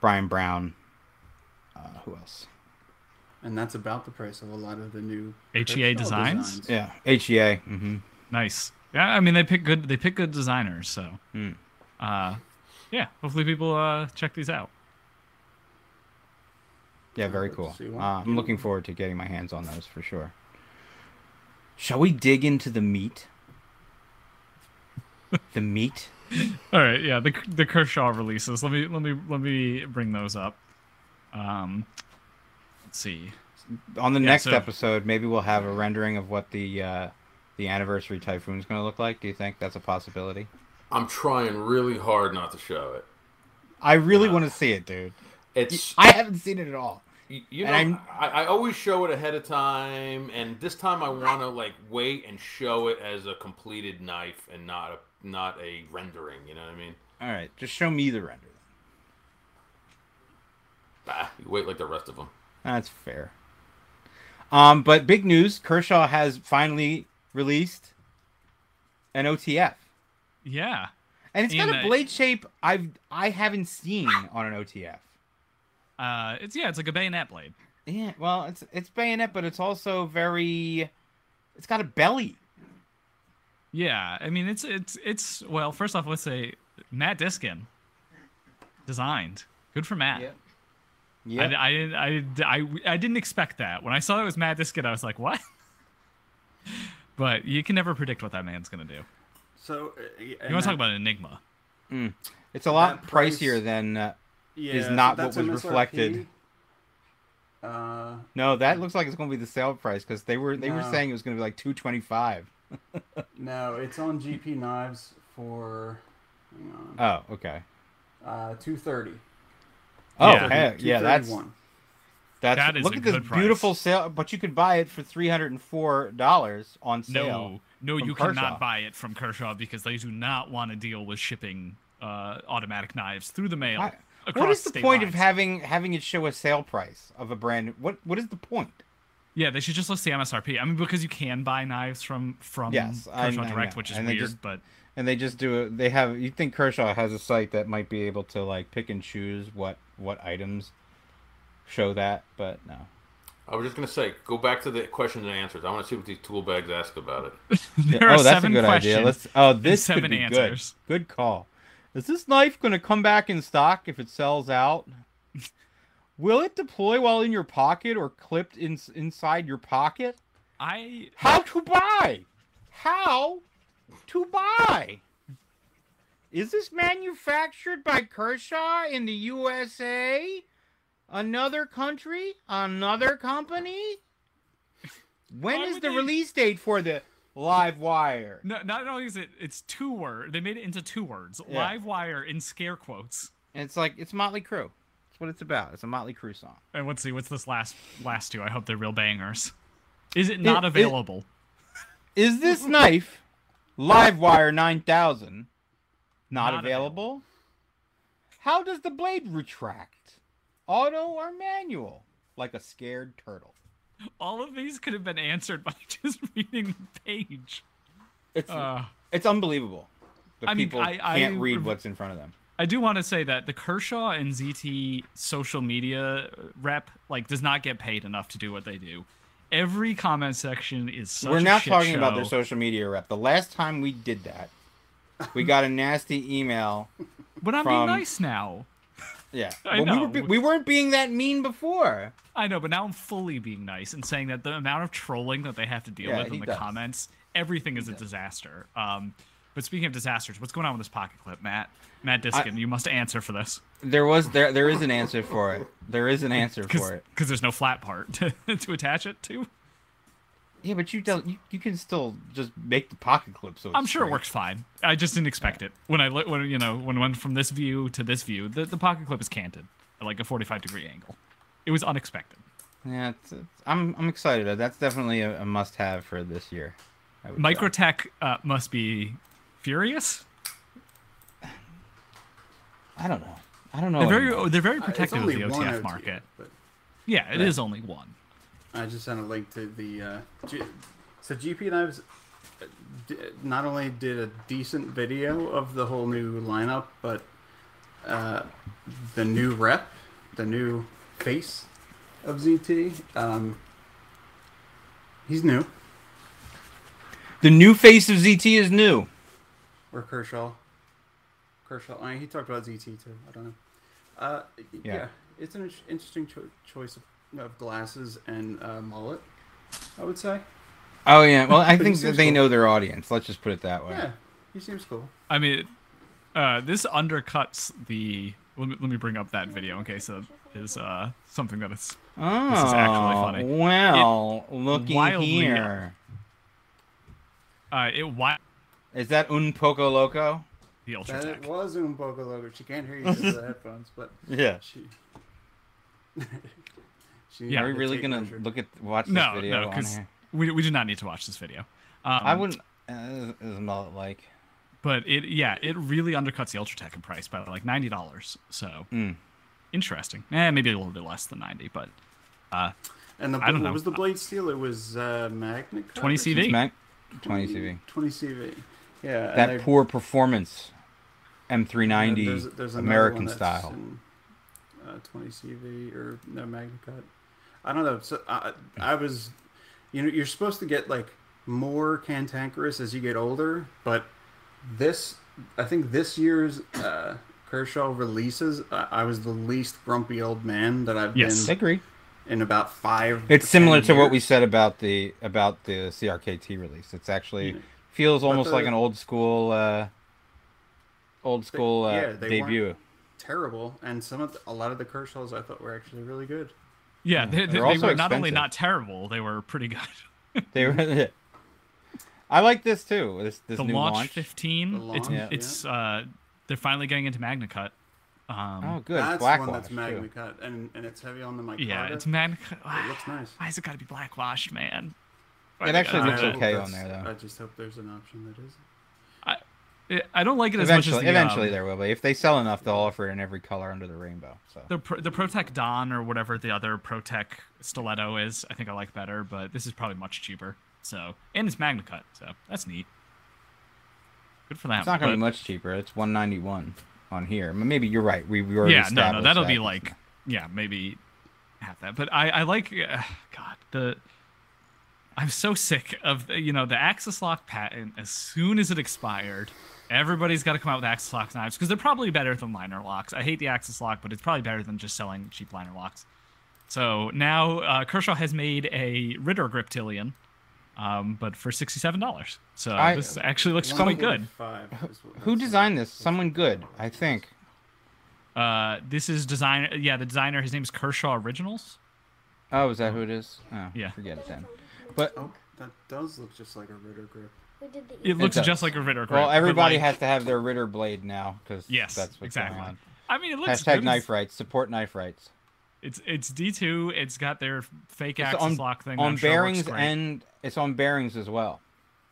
S1: Brian Brown. Uh, who else?
S5: And that's about the price of a lot of the new
S2: HEA
S5: Cristal
S2: designs?
S1: E Yeah, HEA. hmm
S2: Nice. Yeah, I mean they pick good they pick good designers, so uh yeah, hopefully people uh check these out.
S1: Yeah, very
S5: let's
S1: cool.
S5: see
S1: Uh,
S5: what-
S1: I'm looking forward to getting my hands on those for sure. Shall we dig into the meat? the meat?
S2: All right, yeah, the the Kershaw releases. Let me let me let me bring those up. Um let's see.
S1: On the
S2: Yeah,
S1: next
S2: so-
S1: episode, maybe we'll have a rendering of what the uh, the anniversary typhoon is going to look like. Do you think that's a possibility?
S4: I'm trying really hard not to show it.
S1: I
S2: Uh,
S1: really want to see it, dude.
S4: It's
S1: I haven't seen it at all.
S4: you, you know
S1: and
S4: I, I always show it ahead of time, and this time I want to like wait and show it as a completed knife and not a not a rendering. You know what I mean?
S1: All right, just show me the render.
S4: Bah, you wait like the rest of them.
S1: That's fair. Um, but big news: Kershaw has finally released an OTF,
S2: Yeah.
S1: and it's got
S2: And,
S1: a
S2: uh,
S1: blade shape I've I haven't seen on an OTF.
S2: Uh it's yeah, it's like a bayonet blade.
S1: Yeah, well, it's it's bayonet, but it's also very. It's got a belly.
S2: Yeah, I mean it's it's it's well, first off, let's say Matt Diskin designed. Good for Matt.
S1: Yeah.
S2: I, I, didn't- I, didn't- I, I didn't expect that. When I saw it was Matt Diskin, I was like, what? [laughs] But you can never predict what that man's going to do.
S5: So uh, you
S2: You want to talk about Enigma?
S1: it's a lot
S5: that price-
S1: pricier than. Uh,
S5: yeah,
S1: is
S5: so
S1: not what
S5: that's
S1: was
S5: MSRP.
S1: reflected.
S5: Uh,
S1: no, that looks like it's going to be the sale price because they were they were
S5: No.
S1: saying it was going to be like two twenty five.
S5: no, it's on GP knives for hang on,
S1: Oh, okay.
S5: uh, two thirty.
S1: Oh,
S2: Yeah.
S1: yeah, yeah that's
S5: one.
S1: That's
S2: That is
S1: look
S2: a
S1: at this
S2: good price.
S1: beautiful sale, but you could buy it for three hundred and four dollars on sale.
S2: No, no,
S1: from
S2: you
S1: Kershaw.
S2: cannot buy it from Kershaw because they do not want to deal with shipping uh, automatic knives through the mail.
S1: I-
S2: across
S1: what is the
S2: state
S1: point of
S2: lines.
S1: having having it show a sale price of a brand? What what is the point?
S2: Yeah, they should just list the MSRP. I mean, because you can buy knives from from
S1: Yes, I-
S2: Kershaw
S1: I
S2: Direct,
S1: know.
S2: which is
S1: And they
S2: weird.
S1: just-
S2: But
S1: And they just do it. They have. You think Kershaw has a site that might be able to like pick and choose what what items show that? But no.
S4: I was just gonna say, go back to the questions and answers. I want to see what these tool bags ask about it.
S2: there
S1: [laughs] oh,
S2: are
S1: that's
S2: seven
S1: a good
S2: questions.
S1: idea. Let's. Oh, this
S2: seven
S1: could be
S2: answers.
S1: good. Good call. Is this knife going to come back in stock if it
S2: [laughs]
S1: sells out? Will it deploy while in your pocket or clipped in, inside your pocket?
S2: I
S1: How to buy? How to buy? Is this manufactured by Kershaw in the USA? Another country? Another company? When
S2: Why
S1: is
S2: would
S1: the
S2: they-
S1: release date for the live wire?
S2: no, not only is it it's two word. They made it into two words.
S1: Yeah.
S2: Live wire in scare quotes.
S1: And it's like it's Motley Crue. That's what it's about. It's a Motley Crue song.
S2: And let's see, what's this last last two? I hope they're real bangers. Is it not available?
S1: Is this knife Livewire 9000 not,
S2: Not
S1: available? How does the blade retract? Auto or manual? Like a scared turtle.
S2: [laughs] All of these could have been answered by just reading the page.
S1: It's
S2: Uh,
S1: It's unbelievable. The
S2: I mean,
S1: people
S2: I- I-
S1: can't read what's in front of them.
S2: I do want to say that the Kershaw and ZT social media rep like does not get paid enough to do what they do. Every comment section is such
S1: We're
S2: a
S1: not
S2: shit
S1: talking about their
S2: show.
S1: social media rep. The last time we did that, we got a nasty
S2: [laughs]
S1: email.
S2: But I'm
S1: from-
S2: being nice now.
S1: Yeah,
S2: I
S1: Well, we were
S2: know.
S1: be- we weren't being that mean before.
S2: I know, but now I'm fully being nice and saying that the amount of trolling that they have to deal
S1: Yeah,
S2: with
S1: he
S2: in the
S1: does.
S2: comments, everything is a disaster. Um, but speaking of disasters, what's going on with this pocket clip, Matt? Matt Diskin, you must answer for this
S1: There was there there is an answer for it. There is
S2: [laughs]
S1: an answer for it.
S2: because there's no flat part [laughs] to, to attach it to.
S1: Yeah, but you don't. You, you can still just make the pocket clip. So
S2: I'm
S1: it's
S2: sure it
S1: straight.
S2: works fine. I just didn't expect it when I look when you know when I went from this view to this view. The, the pocket clip is canted at like a 45 degree angle. It was unexpected.
S1: Yeah, it's, it's- I'm I'm excited. That's definitely a, a must-have for this year. I would say.
S2: Microtech uh, must be furious.
S1: I don't know. Oh, I don't know.
S2: They're
S1: anymore.
S2: very they're very
S5: Uh, it's
S2: protective of
S5: only
S2: the
S5: one
S2: OTF
S5: OTF,
S2: market.
S5: but
S2: Yeah, it is only one.
S5: I just sent a link to the. Uh, G- so GP and I was uh, d- not only did a decent video of the whole new lineup, but uh, the new rep, the new face of ZT. Um, he's new.
S1: The new face of ZT is new.
S5: Or Kershaw. Kershaw. I mean, he talked about ZT too. I don't know. Uh, yeah.
S1: Yeah.
S5: it's an in- interesting cho- choice of, of glasses and uh, mullet. I would say.
S1: Oh yeah. Well, I think
S5: But he
S1: that
S5: seems
S1: they
S5: cool.
S1: know their audience. Let's just put it that way.
S5: Yeah, he seems cool.
S2: I mean, uh, this undercuts the. Let me, let me bring up that video in case that is uh, something that is.
S1: Oh,
S2: This is actually funny.
S1: Well, looking
S2: wildly-
S1: here,
S2: Uh, it why
S1: is that un poco loco?
S2: the ultra
S5: That
S2: tech.
S5: it was Zoom Boca logo. She
S1: [laughs]
S5: can't hear you through the headphones, but
S1: Yeah.
S5: she. [laughs] she
S2: Yeah,
S5: needed
S1: Are we
S5: to
S1: really
S5: take
S1: gonna
S5: measure.
S1: look at watch this
S2: No,
S1: video
S2: no,
S1: on
S2: because
S1: here?
S2: we, we do not need to watch this video. Um,
S1: I wouldn't. Uh, is not like.
S2: but it yeah it really undercuts the ultratech in price by like ninety dollars so
S1: Mm.
S2: interesting eh, maybe a little bit less than 90 but
S5: And the
S2: I don't
S5: what
S2: know.
S5: was the blade steel? It was uh, Magna. Cut
S2: 20
S5: or something?
S2: CV.
S1: Mac, twenty CV.
S5: Twenty CV. Yeah. and
S1: That
S5: they-
S1: poor performance,
S5: and
S1: M390
S5: there's- there's another one
S1: American
S5: that's
S1: style.
S5: in, uh, Twenty CV or no Magna cut. I don't know. So I, I was, you know, you're supposed to get like more cantankerous as you get older, but this i think this year's uh kershaw releases I, I was the least grumpy old man that i've
S2: Yes.
S1: I
S5: been
S1: agree.
S5: in about five
S1: It's similar to
S5: ten
S1: what we
S5: years.
S1: said about the about the CRKT release. It's actually
S5: Yeah.
S1: feels almost like
S5: the-
S1: an old school, uh, old school uh,
S5: yeah, they weren't-
S1: debut.
S5: terrible and some of the, a lot of the kershaws i thought were actually really good
S2: yeah they, they,
S1: they're
S2: they were
S1: also
S2: not only
S1: expensive.
S2: not terrible they were pretty good
S1: They were. [laughs] I like this too. This this
S2: the
S1: new
S2: launch,
S1: launch.
S2: 15
S5: The
S2: it's,
S5: launch,
S2: it's uh they're finally getting into magna cut um
S1: Oh, good.
S5: that's
S1: Black
S5: the one that's
S1: Watch,
S5: magna
S1: too.
S5: cut and and it's heavy on the mic
S2: yeah it's magna cut
S5: it
S2: [sighs]
S5: looks nice
S2: why's it got to be blackwashed man uh,
S1: It actually
S2: I-
S1: looks
S5: I hope
S1: okay on
S5: that's-
S1: there though.
S5: i just hope there's an option that is
S2: i don't like it as
S1: Eventually,
S2: much as the,
S1: eventually
S2: um,
S1: there will be. If they sell enough, they'll offer it in every color under the rainbow. So
S2: the Pro- the Protec Don or whatever the other Protec stiletto is, I think I like better, but this is probably much cheaper. So and it's Magna Cut, so that's neat. Good for that.
S1: it's not going to
S2: but-
S1: be much cheaper. It's one ninety one on here. M- Maybe you're right. We, we already
S2: Yeah, no, no,
S1: established
S2: that'll
S1: that.
S2: be like yeah, maybe half that. But I I like uh, God the. I'm so sick of you know the access lock patent. As soon as it expired, everybody's got to come out with access lock knives because they're probably better than liner locks. I hate the access lock, but it's probably better than just selling cheap liner locks. So now uh, Kershaw has made a Ritter Griptilian, um, but for sixty-seven dollars. So
S1: I-
S2: this actually looks quite good.
S5: Five is what-
S1: who
S5: that's-
S1: designed this? Someone good, I think.
S2: Uh, this is designer. Yeah, the designer. His name is Kershaw Originals.
S1: Oh, is that who it is? Oh,
S2: Yeah.
S1: Forget it then. But
S5: oh that does look just like a ritter grip
S6: Who did the
S2: It looks
S1: does.
S2: just like a Ritter Grip.
S1: well,
S2: but,
S1: everybody
S2: like-
S1: has to have their Ritter blade now because
S2: Yes,
S1: that's what's
S2: exactly.
S1: going on.
S2: I mean, it looks
S1: Hashtag
S2: good.
S1: knife rights. Support knife rights.
S2: It's it's D two. It's got their fake
S1: It's
S2: axis
S1: on-
S2: lock thing
S1: on
S2: I'm sure works
S1: bearings
S2: great.
S1: and it's on bearings as well.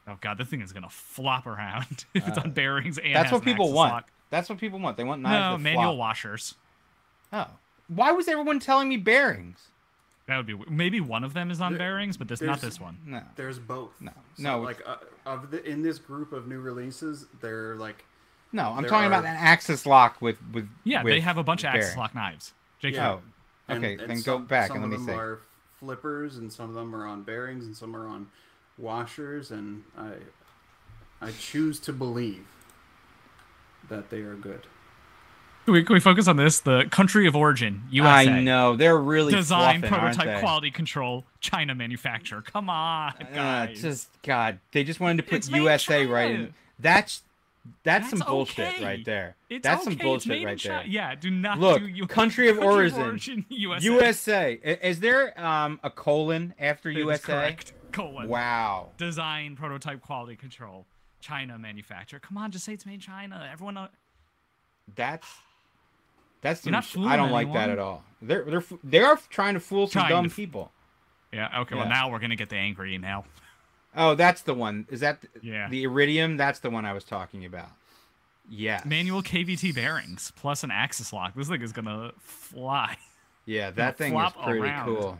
S2: oh god, this thing is gonna flop around [laughs] if it's on bearings and
S1: Uh, That's
S2: has
S1: what
S2: an
S1: people
S2: axis
S1: want.
S2: lock.
S1: That's what people want. They want knives.
S2: No
S1: that
S2: manual
S1: flop.
S2: washers.
S1: Oh, why was everyone telling me bearings?
S2: That would be weird. maybe one of them is on
S5: There-
S2: bearings, but this not
S5: there's-
S2: this one.
S1: No.
S5: There's both.
S1: No. No,
S5: Like uh, of the in this group of new releases, they're like
S1: No, I'm
S5: There
S1: talking about
S5: are-
S1: an axis lock with with.
S2: Yeah,
S1: with
S2: they have a bunch of axis
S1: bearing.
S2: lock knives. JK.
S5: Yeah.
S1: Oh, okay.
S5: and-
S1: then
S5: and
S1: go
S5: some-
S1: back
S5: some
S1: and let me
S5: of
S1: see.
S5: them are flippers, and some of them are on bearings, and some are on washers, and I I choose to believe that they are good.
S2: Can, we, can we focus on this? The country of origin, USA.
S1: I know they're really
S2: Design,
S1: fluffing, aren't
S2: prototype,
S1: they?
S2: quality control, China manufacturer. Come on,
S1: Uh,
S2: guys.
S1: just God, they just wanted to put
S2: It's made in
S1: USA right
S2: China.
S1: in. That's that's,
S2: That's
S1: some bullshit
S2: okay.
S1: right there.
S2: It's
S1: that's
S2: okay,
S1: some
S2: it's made
S1: bullshit
S2: in
S1: right
S2: Chi-
S1: there.
S2: Yeah, do not
S1: Look,
S2: do U- [laughs]
S1: country of origin.
S2: USA.
S1: USA. I- Is there um a colon after
S2: That is
S1: USA?
S2: Correct. Colon.
S1: Wow.
S2: Design, prototype, quality control, China manufacturer. Come on, just say it's made in China. Everyone, know-
S1: That's that's
S2: You're
S1: some
S2: not
S1: sh-
S2: fooling
S1: I don't like
S2: anyone.
S1: that at all. They're they're f- they are trying to fool some
S2: Trying
S1: dumb
S2: to f-
S1: people.
S2: yeah. Okay, well
S1: Yeah.
S2: now we're gonna get the angry email.
S1: Oh, that's the one. Is that th-
S2: Yeah.
S1: the iridium? That's the one I was talking about. Yeah.
S2: Manual KVT bearings plus an axis lock. This thing is gonna
S1: [laughs]
S2: fly.
S1: Yeah, that thing is
S2: flop
S1: pretty
S2: around.
S1: cool.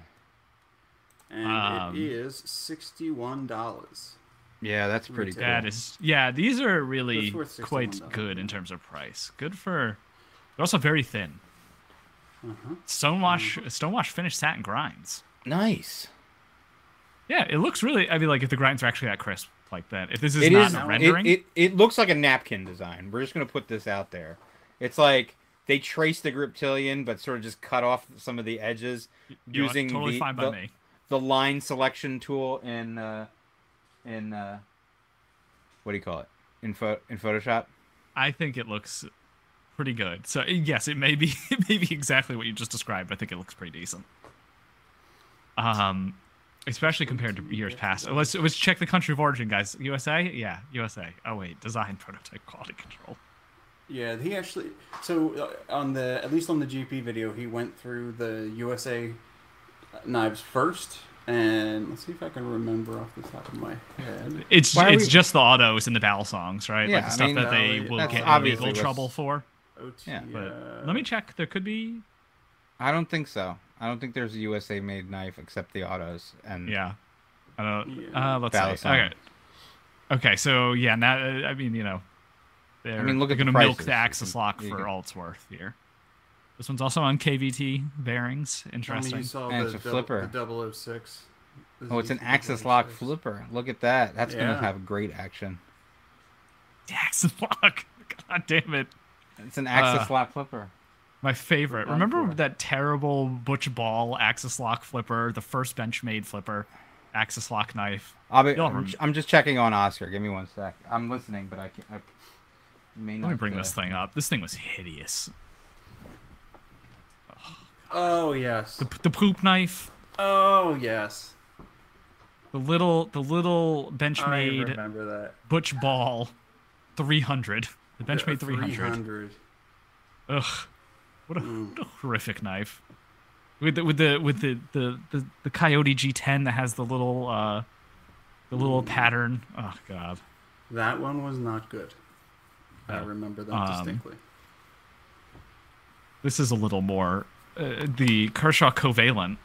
S5: And
S2: Um,
S5: it is sixty-one dollars.
S1: Yeah, that's pretty cool.
S5: Retail.
S2: That is, yeah. These are really
S5: It's worth
S2: quite
S5: $61,
S2: good in
S5: yeah.
S2: terms of price. Good for. They're also very thin.
S5: Uh-huh.
S2: Stonewash,
S1: Mm-hmm.
S2: Stonewash finished satin grinds.
S1: nice.
S2: Yeah, it looks really. I mean, like if the grinds are actually that crisp like that. If this is
S1: It
S2: not
S1: is.
S2: a
S5: it-
S2: rendering,
S1: It, it it looks like a napkin design. We're just gonna put this out there. It's like they traced the griptilian, but sort of just cut off some of the edges
S2: you know,
S1: using
S2: totally
S1: the,
S2: fine by
S1: the,
S2: me.
S1: the line selection tool in uh, in uh, what do you call it in pho- in Photoshop.
S2: I think it looks pretty good. So eh, yes, it may be [laughs] it may be exactly what you just described. but I think it looks pretty decent. Um, especially compared to years past. Oh, Let's let's check the country of origin, guys. USA, yeah, USA. Oh wait, design, prototype, quality control.
S5: Yeah, he actually. So uh, on the at least on the GP video, he went through the USA knives first, and let's see if I can remember off the top of my head.
S2: It's
S1: Why are
S2: it's
S1: we-
S2: just the autos and the battle songs, right?
S1: Yeah,
S2: like
S1: I
S2: the stuff
S1: mean,
S2: that they
S5: uh,
S2: will
S5: that's
S2: get in legal
S1: obviously what's-
S2: trouble for.
S5: OT,
S1: Yeah.
S2: But let me check. There could be
S1: I don't think so. I don't think there's a USA made knife except the autos and
S2: Yeah. I don't.
S5: Yeah.
S2: Uh, let's
S1: Valid
S2: see.
S1: sign.
S2: Okay. Okay. So yeah, now uh, I mean you know, they're
S1: mean, look at the
S2: gonna milk
S1: prices.
S2: the Axis lock
S1: You
S2: for
S1: can-
S2: all it's worth here. This one's also on KVT bearings.
S5: Tell me you
S2: Interesting.
S5: saw
S1: And
S5: Oh, the
S1: it's a
S5: dou-
S1: flipper.
S5: The 006. The
S1: Oh, it's an
S5: ZP
S1: axis lock
S5: 006.
S1: flipper. Look at that. That's
S5: Yeah.
S1: gonna have great action.
S2: The Axis lock. [laughs] God damn it.
S1: It's
S5: Uh,
S1: an axis lock flipper.
S2: My favorite.
S5: Done
S2: Remember
S5: for.
S2: that terrible Butch Ball Axis lock flipper, the first bench made flipper, Axis lock knife.
S1: I'll be,
S2: Y'all
S1: I'm,
S2: rem-
S1: I'm just checking on Oscar. Give me one sec. I'm listening, but I can't. I may not,
S2: Let me bring
S1: uh,
S2: this thing up. This thing was hideous.
S5: Oh yes.
S2: The, the poop knife,
S5: Oh yes.
S2: the little the little bench
S5: I
S2: made
S5: remember that.
S2: Butch Ball, 300. The bench made
S5: The
S2: 300.
S5: 300.
S2: Ugh, what a,
S5: Mm.
S2: what a horrific knife. With the with the with the the, the, the Coyote G10 that has the little uh, the little
S5: Mm.
S2: pattern. Oh god.
S5: That one was not good. I
S2: No.
S5: remember that
S2: Um,
S5: distinctly.
S2: This is a little more uh, the Kershaw Covalent.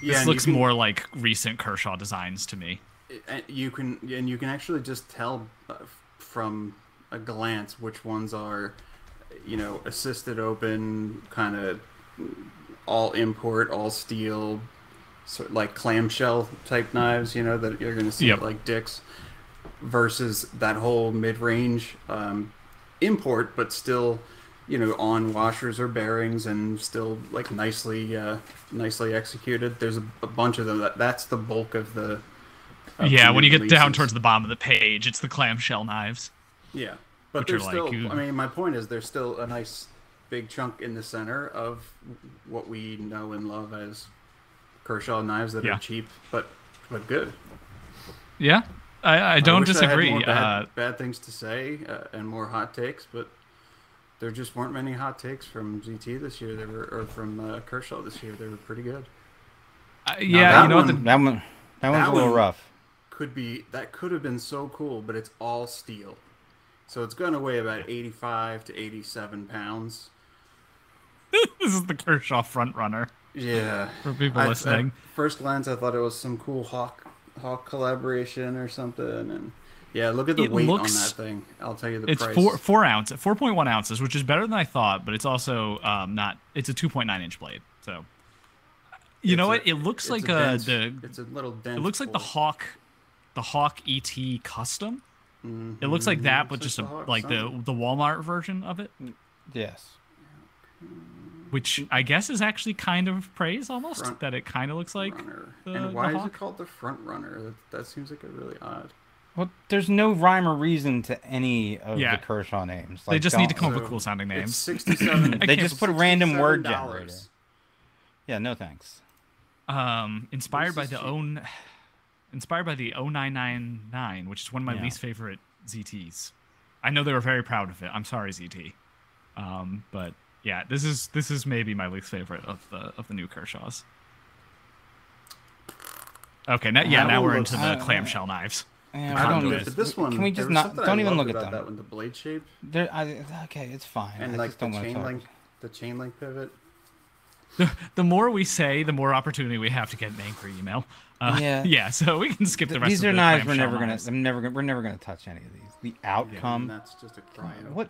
S5: Yeah,
S2: this
S5: and you
S2: looks
S5: can-
S2: more like recent Kershaw designs to me.
S5: and you can and you can actually just tell uh, f- from a glance which ones are you know assisted open kind of all import all steel sort like clamshell type knives you know that you're going to see
S2: Yep.
S5: like dicks versus that whole mid-range um, import but still you know on washers or bearings and still like nicely uh, nicely executed there's a, a bunch of them that, that's the bulk of the of
S2: yeah,
S5: the
S2: when you
S5: new
S2: get down
S5: releases.
S2: towards the bottom of the page, it's the clamshell knives.
S5: Yeah, but
S2: Which are
S5: there's
S2: like,
S5: still.
S2: you-
S5: I mean, my point is, there's still a nice big chunk in the center of what we know and love as Kershaw knives that
S2: Yeah.
S5: are cheap, but but good.
S2: Yeah. I, I don't
S5: wish had more
S2: disagree.
S5: bad,
S2: uh,
S5: bad things to say uh, and more hot takes, but there just weren't many hot takes from GT this year. They were or from uh, Kershaw this year. They were pretty good.
S2: I- yeah,
S5: that
S2: you know what the [laughs]
S5: one-
S1: That one. That one's
S5: That
S1: a little
S5: one-
S1: rough.
S5: Could be that could have been so cool, but it's all steel, so it's going to weigh about 85 to 87 pounds.
S2: this is the Kershaw front runner.
S5: Yeah.
S2: for people
S5: I-
S2: listening.
S5: At first glance, I thought it was some cool hawk hawk collaboration or something, and yeah, look at the
S2: It
S5: weight
S2: looks-
S5: on that thing. I'll tell you the
S2: it's
S5: price.
S2: four four ounce, four point one ounces, which is better than I thought, but it's also um, not. It's a two point nine inch blade, so you know what?
S5: It's a-
S2: It looks
S5: it's
S2: like
S5: a,
S2: a,
S5: dense-
S2: the
S5: It's a little dense.
S2: it looks like the
S5: bolt.
S2: Hawk, the Hawk ET custom. It looks like that, but
S5: Mm-hmm. Looks
S2: just a,
S5: like the Hawk
S2: like the
S5: something. Mm-hmm.
S2: the Walmart version of it,
S1: Yes.
S2: which I guess is actually kind of praise almost
S5: Front
S2: that it kind of looks like.
S5: runner.
S2: the- the
S5: and why is
S2: hawk.
S5: it called the front runner? That, that seems like a really odd.
S1: Well, there's no rhyme or reason to any of
S2: Yeah.
S1: the Kershaw names.
S2: they
S1: Like,
S2: just need to
S1: don't-
S2: come up with
S5: So,
S2: cool sounding
S5: It's
S2: names.
S5: sixty-seven.
S1: [laughs] They just put a random word generator.
S5: $67.
S1: Yeah, no thanks.
S2: Um, inspired by
S5: is
S2: the
S5: cheap.
S2: own, [sighs] inspired by the 0999, which is one of my
S1: Yeah.
S2: least favorite ZTs. I know they were very proud of it. I'm sorry, ZT. Um, but yeah, this is this is maybe my least favorite of the of the new Kershaws. Okay, now yeah,
S5: That
S2: now
S5: one
S2: we're into
S1: looks-
S2: the
S1: I don't know.
S2: clamshell knives.
S1: Yeah,
S2: I don't
S5: But
S2: know.
S5: this one,
S1: Can we
S5: there
S1: just
S5: was
S1: not?
S5: something I
S1: Don't even
S5: loved
S1: look at
S5: about That
S1: them.
S5: one, the blade shape
S1: There, I, okay, it's fine.
S5: and
S1: I
S5: like
S1: just
S5: the
S1: don't want to
S5: chain
S1: talk.
S5: link, the chain link pivot.
S2: The more we say, the more opportunity we have to get an angry email. Uh,
S1: Yeah.
S2: [laughs] yeah, so we can skip the rest.
S1: These
S2: of
S1: are
S2: the
S1: knives. We're
S2: clamshell
S1: never gonna.
S2: knives.
S1: I'm never gonna. We're never gonna touch any of these. The
S5: and
S1: outcome.
S5: that's just a cryo.
S1: What?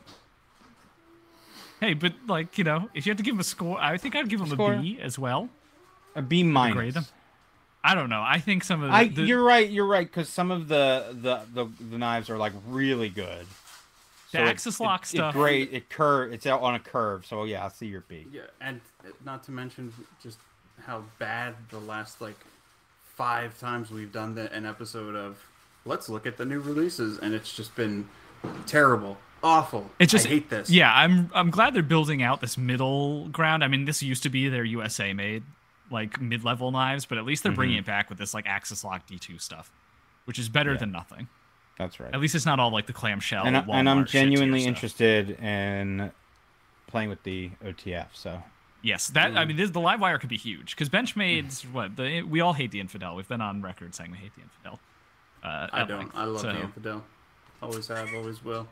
S2: Hey, but like you know, if you have to give them a score, I think I'd give them
S1: Score.
S2: a B as well.
S1: A B
S2: Grade them.
S1: minus.
S2: I don't know. I think some of the,
S1: I.
S2: the-
S1: You're right. You're right. Because some of the, the the the knives are like really good.
S2: the
S1: So it-
S2: Axis Lock
S1: it,
S2: stuff.
S1: It great. It curve. It's out on a curve. So yeah, I see your B.
S5: Yeah, and uh, not to mention just how bad the last like five times we've done the, an episode of let's look at the new releases, and it's just been terrible, awful.
S2: It just
S5: I hate this.
S2: Yeah, I'm I'm glad they're building out this middle ground. I mean, this used to be their USA made like mid level knives, but at least they're bringing it
S1: Mm-hmm.
S2: back with this like Axis Lock D2 stuff, which is better than nothing.
S1: That's right.
S2: At least it's not all like the clamshell.
S1: and, I, and I'm
S2: Walmart shit tier
S1: genuinely
S2: stuff.
S1: interested in playing with the OTF. So
S2: Yes, that
S1: Mm.
S2: I mean, this, the live wire could be huge because Benchmade's what the, we all hate the infidel. We've been on record saying we hate the infidel. [laughs] Uh,
S5: I
S2: at
S5: don't.
S2: length,
S5: I love
S2: so-
S5: the infidel. Always have, always will.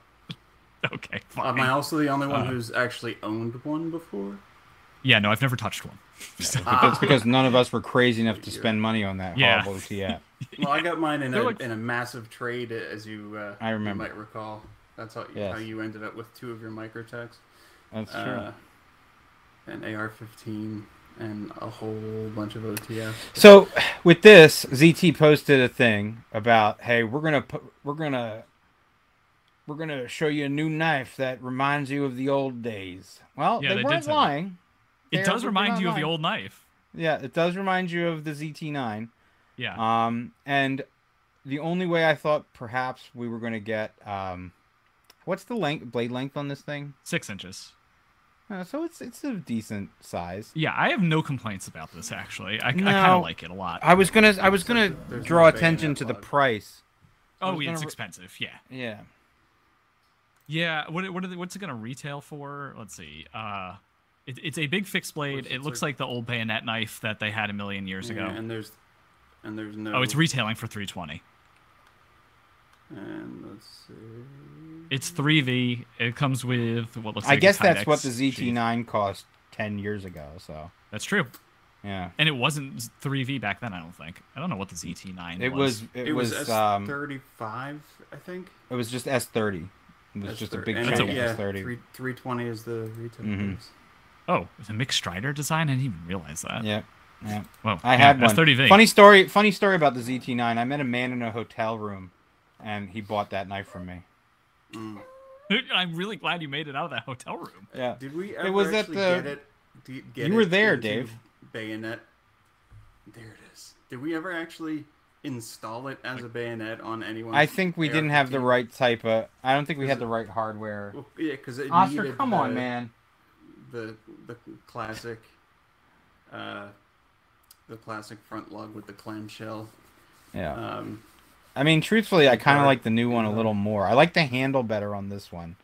S2: Okay,
S5: Am
S2: fine.
S5: I also the only one who's actually owned one before?
S2: yeah, no, I've never touched one. [laughs]
S1: [laughs] that's because none of us were crazy enough to spend money on that
S2: Yeah.
S1: horrible OTF.
S5: Well, I got mine in a
S2: They're like-
S5: in a massive trade, as you uh,
S1: I
S5: you
S1: remember.
S5: might recall. That's how
S1: Yes.
S5: how you ended up with two of your microtechs.
S1: That's true.
S5: uh, an AR-15 and a whole bunch of OTF.
S1: So with this, ZT posted a thing about, hey, we're gonna put, we're gonna, we're gonna show you a new knife that reminds you of the old days. Well,
S2: Yeah,
S1: they,
S2: they did
S1: weren't
S2: say that.
S1: lying. They
S2: It does
S1: were
S2: remind
S1: not
S2: you of the
S1: lying.
S2: old knife.
S1: Yeah, it does remind you of the ZT9.
S2: Yeah.
S1: Um, and the only way I thought perhaps we were gonna get, um, what's the length, blade length on this thing?
S2: Six inches.
S1: Uh, so it's it's a decent size.
S2: Yeah, I have no complaints about this actually. I, I kind
S1: No.
S2: of like it a lot.
S1: I was gonna I was gonna
S5: there's no
S1: draw
S5: bang in
S1: attention
S5: that
S1: to the
S5: plug.
S1: price.
S2: oh,
S1: was
S2: yeah,
S1: gonna
S2: it's
S1: re-
S2: expensive. Yeah.
S1: Yeah.
S2: Yeah. What what are they, what's it gonna retail for? Let's see. Uh, it, it's a big fixed blade.
S5: What's
S2: It
S5: it
S2: looks
S5: like-
S2: like the old bayonet knife that they had a million years
S5: Yeah,
S2: ago.
S5: and there's and there's no.
S2: Oh, it's retailing for 320.
S5: and let's see.
S2: It's 3V. It comes with what looks
S1: I
S2: like a
S1: guess that's what the
S2: Kydex sheath.
S1: ZT9 cost 10 years ago. So,
S2: That's true.
S1: yeah.
S2: And it wasn't 3V back then, I don't think. I don't know what the ZT9
S1: It was it,
S5: It
S1: was,
S5: was,
S1: um
S5: S35, I think.
S1: it was just S30. It was just a
S5: S30.
S1: big
S5: And
S2: That's
S1: giant
S2: a-
S5: yeah,
S1: S30.
S5: 3, 320 is the retail
S1: Mhm.
S5: price.
S2: Oh, it's a Mick Strider design? I didn't even realize that.
S1: Yeah. Yeah.
S2: Well,
S1: I had
S2: that's
S1: one.
S2: 30V.
S1: Funny story, funny story about the ZT9. I met a man in a hotel room and he bought that knife from me.
S2: [laughs] I'm really glad you made it out of that hotel room.
S1: Yeah.
S5: Did we ever
S1: It was at
S5: actually
S1: the-
S5: get it? d- get
S1: You were
S5: it
S1: there,
S5: into
S1: Dave.
S5: Bayonet. There it is. Did we ever actually install it as a bayonet on anyone?
S1: I think we didn't have the right type of I don't think we had the right hardware.
S5: Well, yeah, because it
S1: Oscar,
S5: needed
S1: come on,
S5: the-
S1: man.
S5: the the classic uh the classic front lug with the clamshell
S1: Yeah.
S5: um
S1: I mean, truthfully, I kind of
S5: Or-
S1: like the new one a little more. I like the handle better on this one,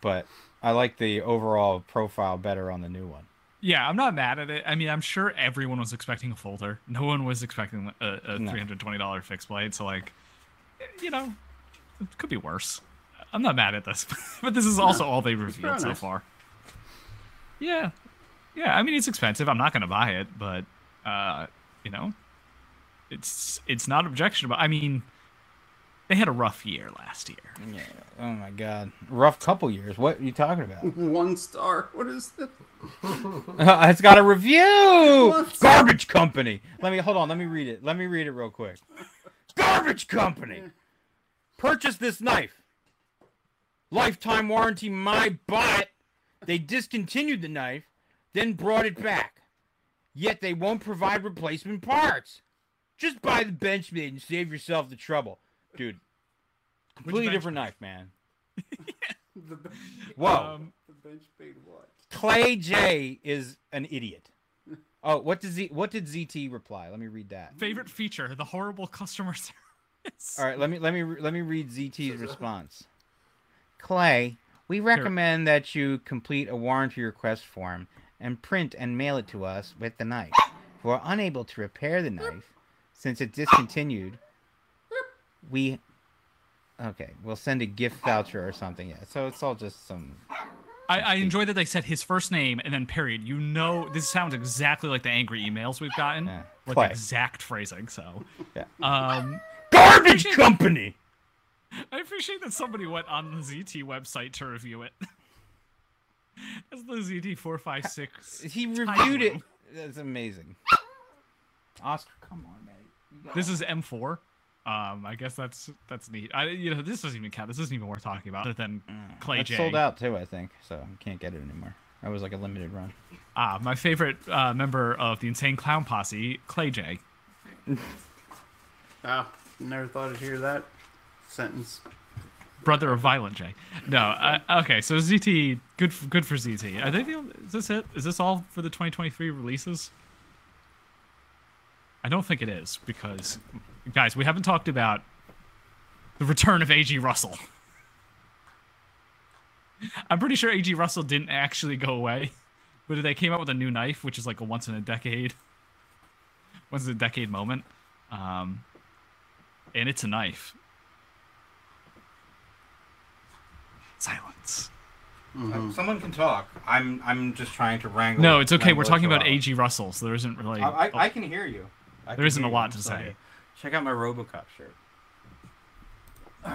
S1: but I like the overall profile better on the new one.
S2: Yeah, I'm not mad at it. I mean, I'm sure everyone was expecting a folder. No one was expecting a, a
S1: No.
S2: $320 fixed blade. So, like, you know, it could be worse. I'm [laughs] not mad at this. but this is also all they revealed so
S5: nice.
S2: far. Yeah. Yeah, I mean it's expensive. I'm not gonna buy it, but uh, you know, it's it's not objectionable. I mean, they had a rough year last year.
S1: Yeah. Oh my god. Rough couple years. What are you talking about?
S5: One star. [laughs] What is that?
S1: [laughs] it's got a review. Garbage company. Let me hold on. Let me read it. Let me read it real quick. Garbage company. Purchase this knife. Lifetime warranty. My butt. They discontinued the knife, then brought it back. Yet they won't provide replacement parts. Just buy the Benchmade and save yourself the trouble, dude. Completely different knife, man.
S5: The, ben-
S1: Whoa.
S2: Um,
S5: the bench paid what?
S1: Clay J is an idiot. Oh, what does Z, what did ZT reply? Let me read that.
S2: favorite feature: the horrible customer [laughs] service.
S1: All right, let me let me let me read ZT's response. Clay, we recommend that you complete a warranty request form and print and mail it to us with the knife. If we're unable to repair the knife since it discontinued. We okay, we'll send a gift voucher or something. Yeah, so it's all just some
S2: I, I enjoy that they said his first name and then period. You know, this sounds exactly like the angry emails we've gotten,
S1: Yeah.
S2: like
S1: Play.
S2: the exact phrasing. So,
S1: Yeah.
S2: um,
S1: garbage company.
S2: I appreciate that somebody went on the ZT website to review it. [laughs] That's the ZT four five six.
S1: He reviewed it. That's amazing. Oscar, come on, man.
S2: This is M four. Um, I guess that's that's neat. I you know this doesn't even count. This isn't even worth talking about. Other than Clay
S1: It's
S2: J.
S1: Mm. sold out too, I think. So you can't get it anymore. That was like a limited run.
S2: Ah, my favorite uh, member of the Insane Clown Posse, Clay J.
S5: Wow. Ah, Never thought I'd hear that sentence.
S2: brother of Violent J. No, I, okay. So ZT, good, f- good for ZT. Are they the? only- Is this it? Is this all for the 2023 releases? I don't think it is because, guys, we haven't talked about the return of AG Russell. I'm pretty sure AG Russell didn't actually go away, but they came out with a new knife, which is like a once in a decade, once in a decade moment, um, and it's a knife. Silence.
S1: Uh, Someone can talk. I'm I'm just trying to wrangle.
S2: No, it's okay.
S1: wrangle
S2: We're
S1: it
S2: talking about
S1: out.
S2: AG Russell, so there isn't really.
S1: I, I, I can hear you. I can
S2: isn't
S1: hear
S2: a
S1: you.
S2: lot
S1: I'm
S2: to
S1: sorry.
S2: say.
S1: Check out my RoboCop shirt. All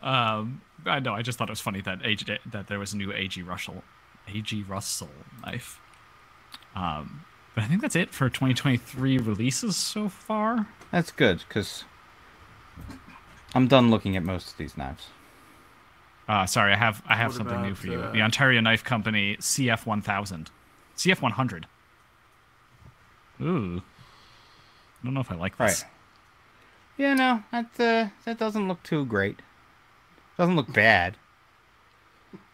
S1: right.
S2: um, I know. I just thought it was funny that AG that there was a new AG Russell, AG Russell knife. Um, but I think that's it for 2023 releases so far.
S1: That's good because I'm done looking at most of these knives.
S2: Uh, sorry, I have I have
S5: What
S2: something new
S5: about,
S2: for you.
S5: uh,
S2: The Ontario Knife Company CF 1000, CF 100. Ooh, I don't know if I like
S1: All
S2: this.
S1: right. Yeah, no, that uh, that doesn't look too great. Doesn't look bad.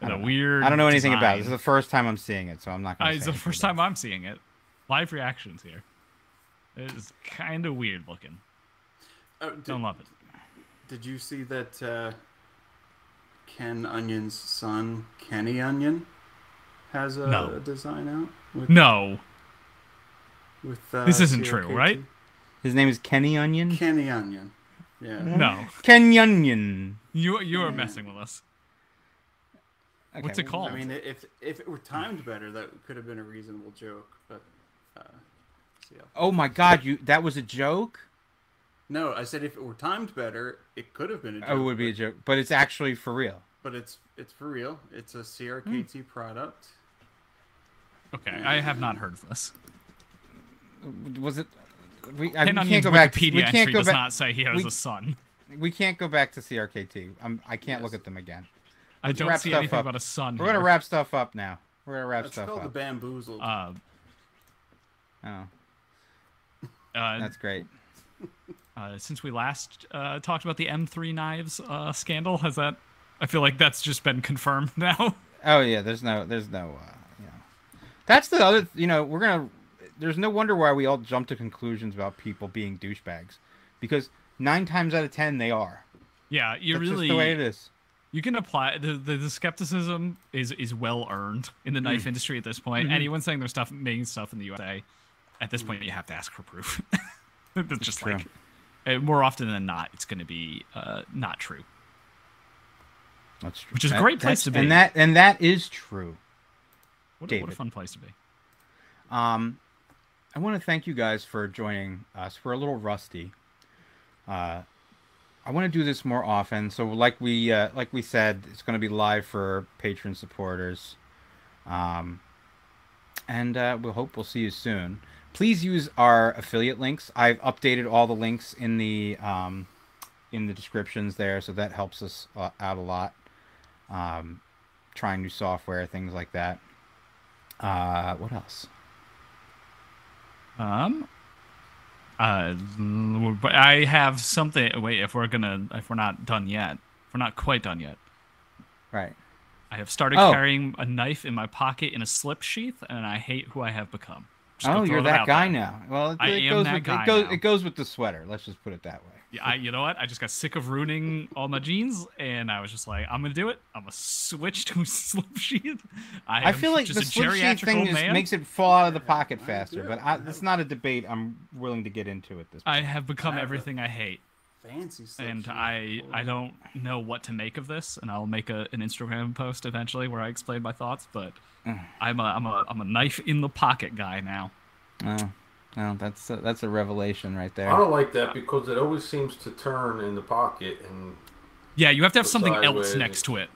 S2: The weird.
S1: I don't know anything about it. This is
S2: design.
S1: the first time I'm seeing it, so I'm not
S2: Uh,
S1: gonna.
S2: it's
S1: say
S2: the first
S1: anything
S2: time I'm seeing it. Live reactions here. It's kind of weird looking.
S5: Oh, did,
S2: Don't love it.
S5: did you see that uh, Ken Onion's son, Kenny Onion, has a,
S2: No.
S5: a design out? With,
S2: No.
S5: with, uh,
S2: This isn't true,
S5: CRKT?
S2: right?
S1: about it. His name is Kenny Onion.
S5: Kenny Onion. Yeah.
S2: No.
S1: Kenny Onion.
S2: You you are messing with us.
S1: Okay,
S2: What's it
S1: well,
S2: called?
S5: I mean, if if it were timed better, that could have been a reasonable joke. But uh, so yeah.
S1: Oh my God! You that was a joke.
S5: no, I said if it were timed better, it could have been a joke.
S1: Oh, it would be a joke, but it's actually for real.
S5: But it's it's for real. It's a CRKT
S2: Hmm.
S5: product.
S2: okay, I have not heard of this.
S1: Was it? We, I, we
S2: Pen
S1: can't
S2: Onion's
S1: go back. To,
S2: Wikipedia
S1: we can't
S2: entry
S1: go
S2: does
S1: back.
S2: not say he has
S1: we-
S2: a son.
S1: We can't go back to CRKT. I'm, I can't look
S5: Yes.
S1: at them again.
S2: I don't
S1: wrap
S2: see
S1: stuff
S2: anything
S1: up.
S2: about a son.
S1: We're gonna
S2: here.
S1: wrap stuff up now. We're gonna wrap
S5: It's
S1: stuff
S5: called the
S1: up.
S5: bamboozled.
S2: Uh,
S1: oh,
S2: uh,
S1: that's great.
S2: uh, since we last uh, talked about the M3 knives uh, scandal, has that? I feel like that's just been confirmed [laughs] now.
S1: Oh yeah, there's no, there's no, uh, you know, that's the other. You know, we're gonna. There's no wonder why we all jump to conclusions about people being douchebags, because nine times out of ten they are.
S2: yeah, you
S1: That's
S2: really
S1: just the way it is.
S2: You can apply the, the the skepticism is is well earned in the
S1: Mm.
S2: knife industry at this
S1: Mm-hmm.
S2: point. Anyone saying their stuff making stuff in the USA, at this point you have to ask for proof. [laughs] That's just
S1: True.
S2: like uh, more often than not, it's going to be uh, not true.
S1: That's true.
S2: Which is a great place
S1: that's-
S2: to be.
S1: And that and that is true.
S2: What, a- what a
S1: David.
S2: fun place to be.
S1: Um, I want to thank you guys for joining us. We're a little rusty. Uh, I want to do this more often. So, like we uh, like we said, it's going to be live for patron supporters, um, and uh, we hope we'll see you soon. Please use our affiliate links. I've updated all the links in the um, in the descriptions there, so that helps us uh, out a lot. Um, trying new software, things like that. Uh, what else?
S2: Um. Uh, but I have something. Wait, if we're gonna, if we're not done yet, if we're not quite done yet.
S1: Right.
S2: I have started
S1: Oh.
S2: carrying a knife in my pocket in a slip sheath, and I hate who I have become. Just gonna
S1: oh,
S2: throw
S1: you're
S2: that
S1: that
S2: out
S1: guy
S2: there.
S1: now. Well, it,
S2: I
S1: it
S2: am
S1: goes
S2: that
S1: with,
S2: guy
S1: it goes
S2: now.
S1: it goes with the sweater. Let's just put it that way.
S2: Yeah, I, you know what? I just got sick of ruining all my jeans, and I was just like, I'm gonna do it. I'm gonna switch to a [laughs] slip sheath. I,
S1: I
S2: am
S1: feel like
S2: just
S1: the
S2: a
S1: slip sheet
S2: geriatric
S1: thing
S2: old
S1: just
S2: man.
S1: makes it fall out of the pocket
S5: I
S1: faster,
S5: do.
S1: but I, it's not a debate I'm willing to get into at this point.
S2: I have become
S5: Yeah, but-
S2: everything I hate,
S5: Fancy stuff.
S2: and
S5: you know.
S2: I I don't know what to make of this. And I'll make a, an Instagram post eventually where I explain my thoughts. But I'm a I'm a I'm a knife in the pocket guy now.
S1: Oh, no, that's a, that's a revelation right there.
S4: I don't like that because it always seems to turn in the pocket and
S2: Yeah, you have to have something else
S4: Sideways.
S2: next to it.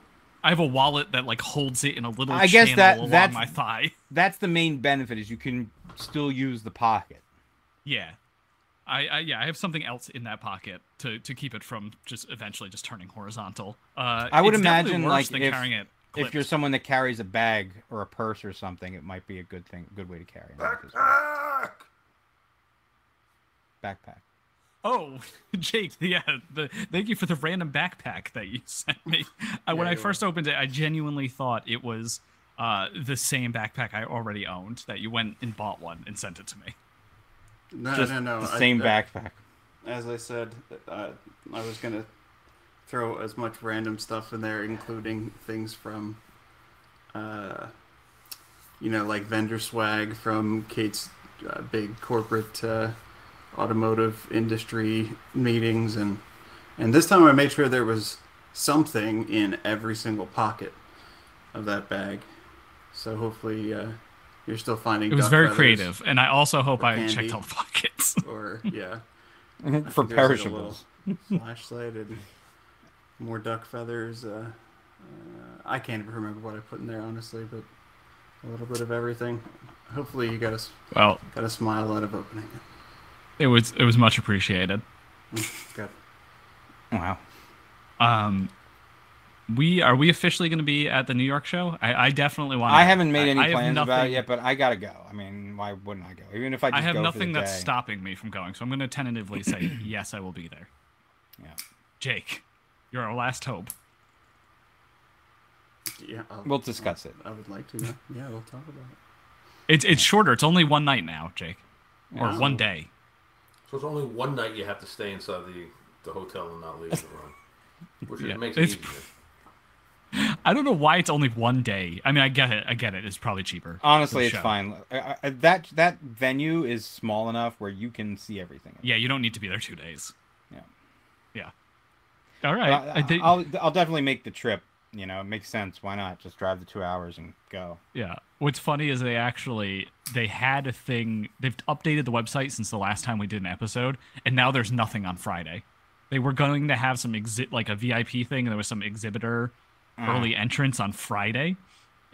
S2: I have a wallet that like holds it in a little
S1: I guess
S2: channel
S1: that-
S2: along
S1: that's-
S2: my thigh.
S1: That's the main benefit is you can still use the pocket.
S2: Yeah. I, I yeah, I have something else in that pocket to, to keep it from just eventually just turning horizontal. Uh,
S1: I would
S2: it's definitely
S1: imagine,
S2: worse
S1: like,
S2: than
S1: if-
S2: carrying it
S1: If you're
S2: clipped.
S1: someone that carries a bag or a purse or something, it might be a good thing, good way to carry it.
S4: backpack.
S1: Backpack.
S2: oh [laughs] Jake, yeah, the, thank you for the random backpack that you [laughs] sent me. I, when
S5: Yeah,
S2: I
S5: you're
S2: first opened it, I genuinely thought it was uh, the same backpack I already owned that you went and bought one and sent it to me.
S5: no,
S1: Just
S5: no, no,
S1: the
S5: I-
S1: same
S5: I-
S1: backpack. [laughs]
S5: as I said, uh, I was gonna throw as much random stuff in there, including things from, uh, you know, like vendor swag from Kate's uh, big corporate uh, automotive industry meetings, and and this time I made sure there was something in every single pocket of that bag. So hopefully uh, you're still finding.
S2: It was
S5: duck
S2: very
S5: feathers
S2: creative, and I also hope
S5: or
S2: I
S5: candy.
S2: checked all the pockets.
S5: Or yeah.
S1: For
S5: There's, like, a
S1: perishables.
S5: little flashlight and more duck feathers. Uh, uh, I can't even remember what I put in there, honestly, but a little bit of everything. Hopefully, you got a, s-
S2: Well,
S5: got a smile out of opening it.
S2: it was it was much appreciated.
S5: Good.
S1: Wow.
S2: Um, we are we officially going to be at the New York show? I, I definitely want.
S1: I haven't made any
S2: I have
S1: plans about it
S2: nothing-
S1: yet, but I gotta go. I mean, why wouldn't I go? Even if I
S2: I,
S1: just
S2: have
S1: go for the
S2: nothing that's
S1: day.
S2: stopping me from going, so I'm going to tentatively say
S1: [clears throat]
S2: yes, I will be there.
S1: Yeah.
S2: Jake, you're our last hope.
S5: Yeah, I'll,
S1: We'll discuss it.
S5: I would like to.
S2: [laughs]
S5: Yeah, Yeah, we'll talk about it.
S2: It's it's shorter. It's only one night now, Jake, or
S5: Yeah.
S1: Oh.
S2: one day.
S4: So it's only one night you have to stay inside the, the hotel and not leave the room, which
S2: Yeah,
S4: makes it
S2: it's-
S4: easier.
S2: I don't know why it's only one day. I mean, I get it. I get it. It's probably cheaper. for
S1: Honestly,
S2: the
S1: it's
S2: show.
S1: fine. I, I, that that venue is small enough where you can see everything.
S2: Yeah, you don't need to be there two days.
S1: Yeah.
S2: Yeah. All right.
S1: I,
S2: I did-
S1: will I'll definitely make the trip. You know, it makes sense. Why not just drive the two hours and go?
S2: Yeah. What's funny is they actually they had a thing. They've updated the website since the last time we did an episode, and now there's nothing on Friday. They were going to have some exit like a VIP thing. And there was some exhibitor early entrance on Friday,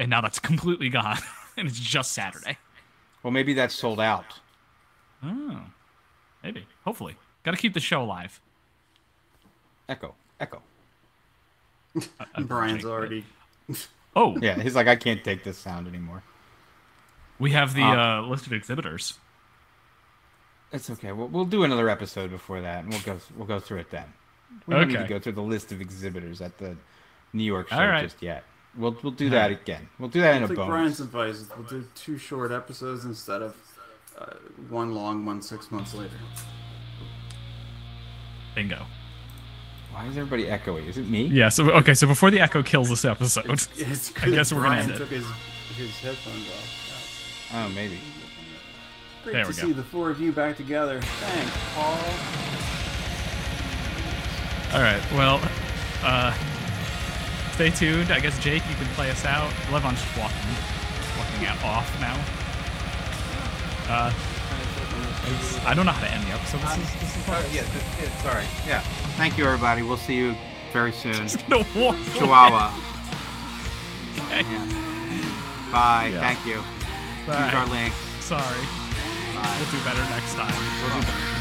S2: and now that's [laughs] completely gone, and it's just Saturday.
S1: Well, maybe that's sold out.
S2: Oh, maybe. Hopefully, got to keep the show alive.
S1: Echo, echo.
S5: Brian's
S2: Jake,
S5: already.
S2: Oh,
S1: Yeah, he's like, I can't take this sound anymore.
S2: we have the
S1: Ah.
S2: uh, list of exhibitors.
S1: It's okay. We'll, we'll do another episode before that, and we'll go we'll go through it then. We don't need to
S2: Okay.
S1: go through the list of exhibitors at the New York show
S2: All right.
S1: just yet. We'll we'll do that again. We'll do that
S5: I
S1: in a
S5: think
S1: bonus.
S5: Brian's advice is we'll do two short episodes instead of uh, one long one six months later. [laughs]
S2: Bingo.
S1: Why is everybody echoey? Is it me?
S2: Yeah. So okay. So before the echo kills this episode.
S5: It's
S2: I guess we're gonna
S5: Brian
S2: end it.
S5: took his, his headphones off. Yeah.
S1: Oh, maybe.
S5: Great
S2: There
S5: to
S2: we go.
S5: see the four of you back together. Thanks, Paul.
S2: All right. Well, uh, stay tuned. I guess Jake, you can play us out. Levon's just walking, walking out off now. Uh, it's- Uh, I don't know how to end the episode. This is, [laughs] this is
S1: Oh, yeah, th- yeah, sorry. Yeah. Thank you, everybody. We'll see you very soon.
S2: [laughs] just gonna walk away.
S1: Chihuahua.
S2: Okay.
S1: Yeah. Bye.
S6: Yeah.
S1: Thank you. Use
S2: Bye.
S1: our links.
S2: Sorry.
S1: Bye.
S2: We'll do better next time.
S1: We'll do-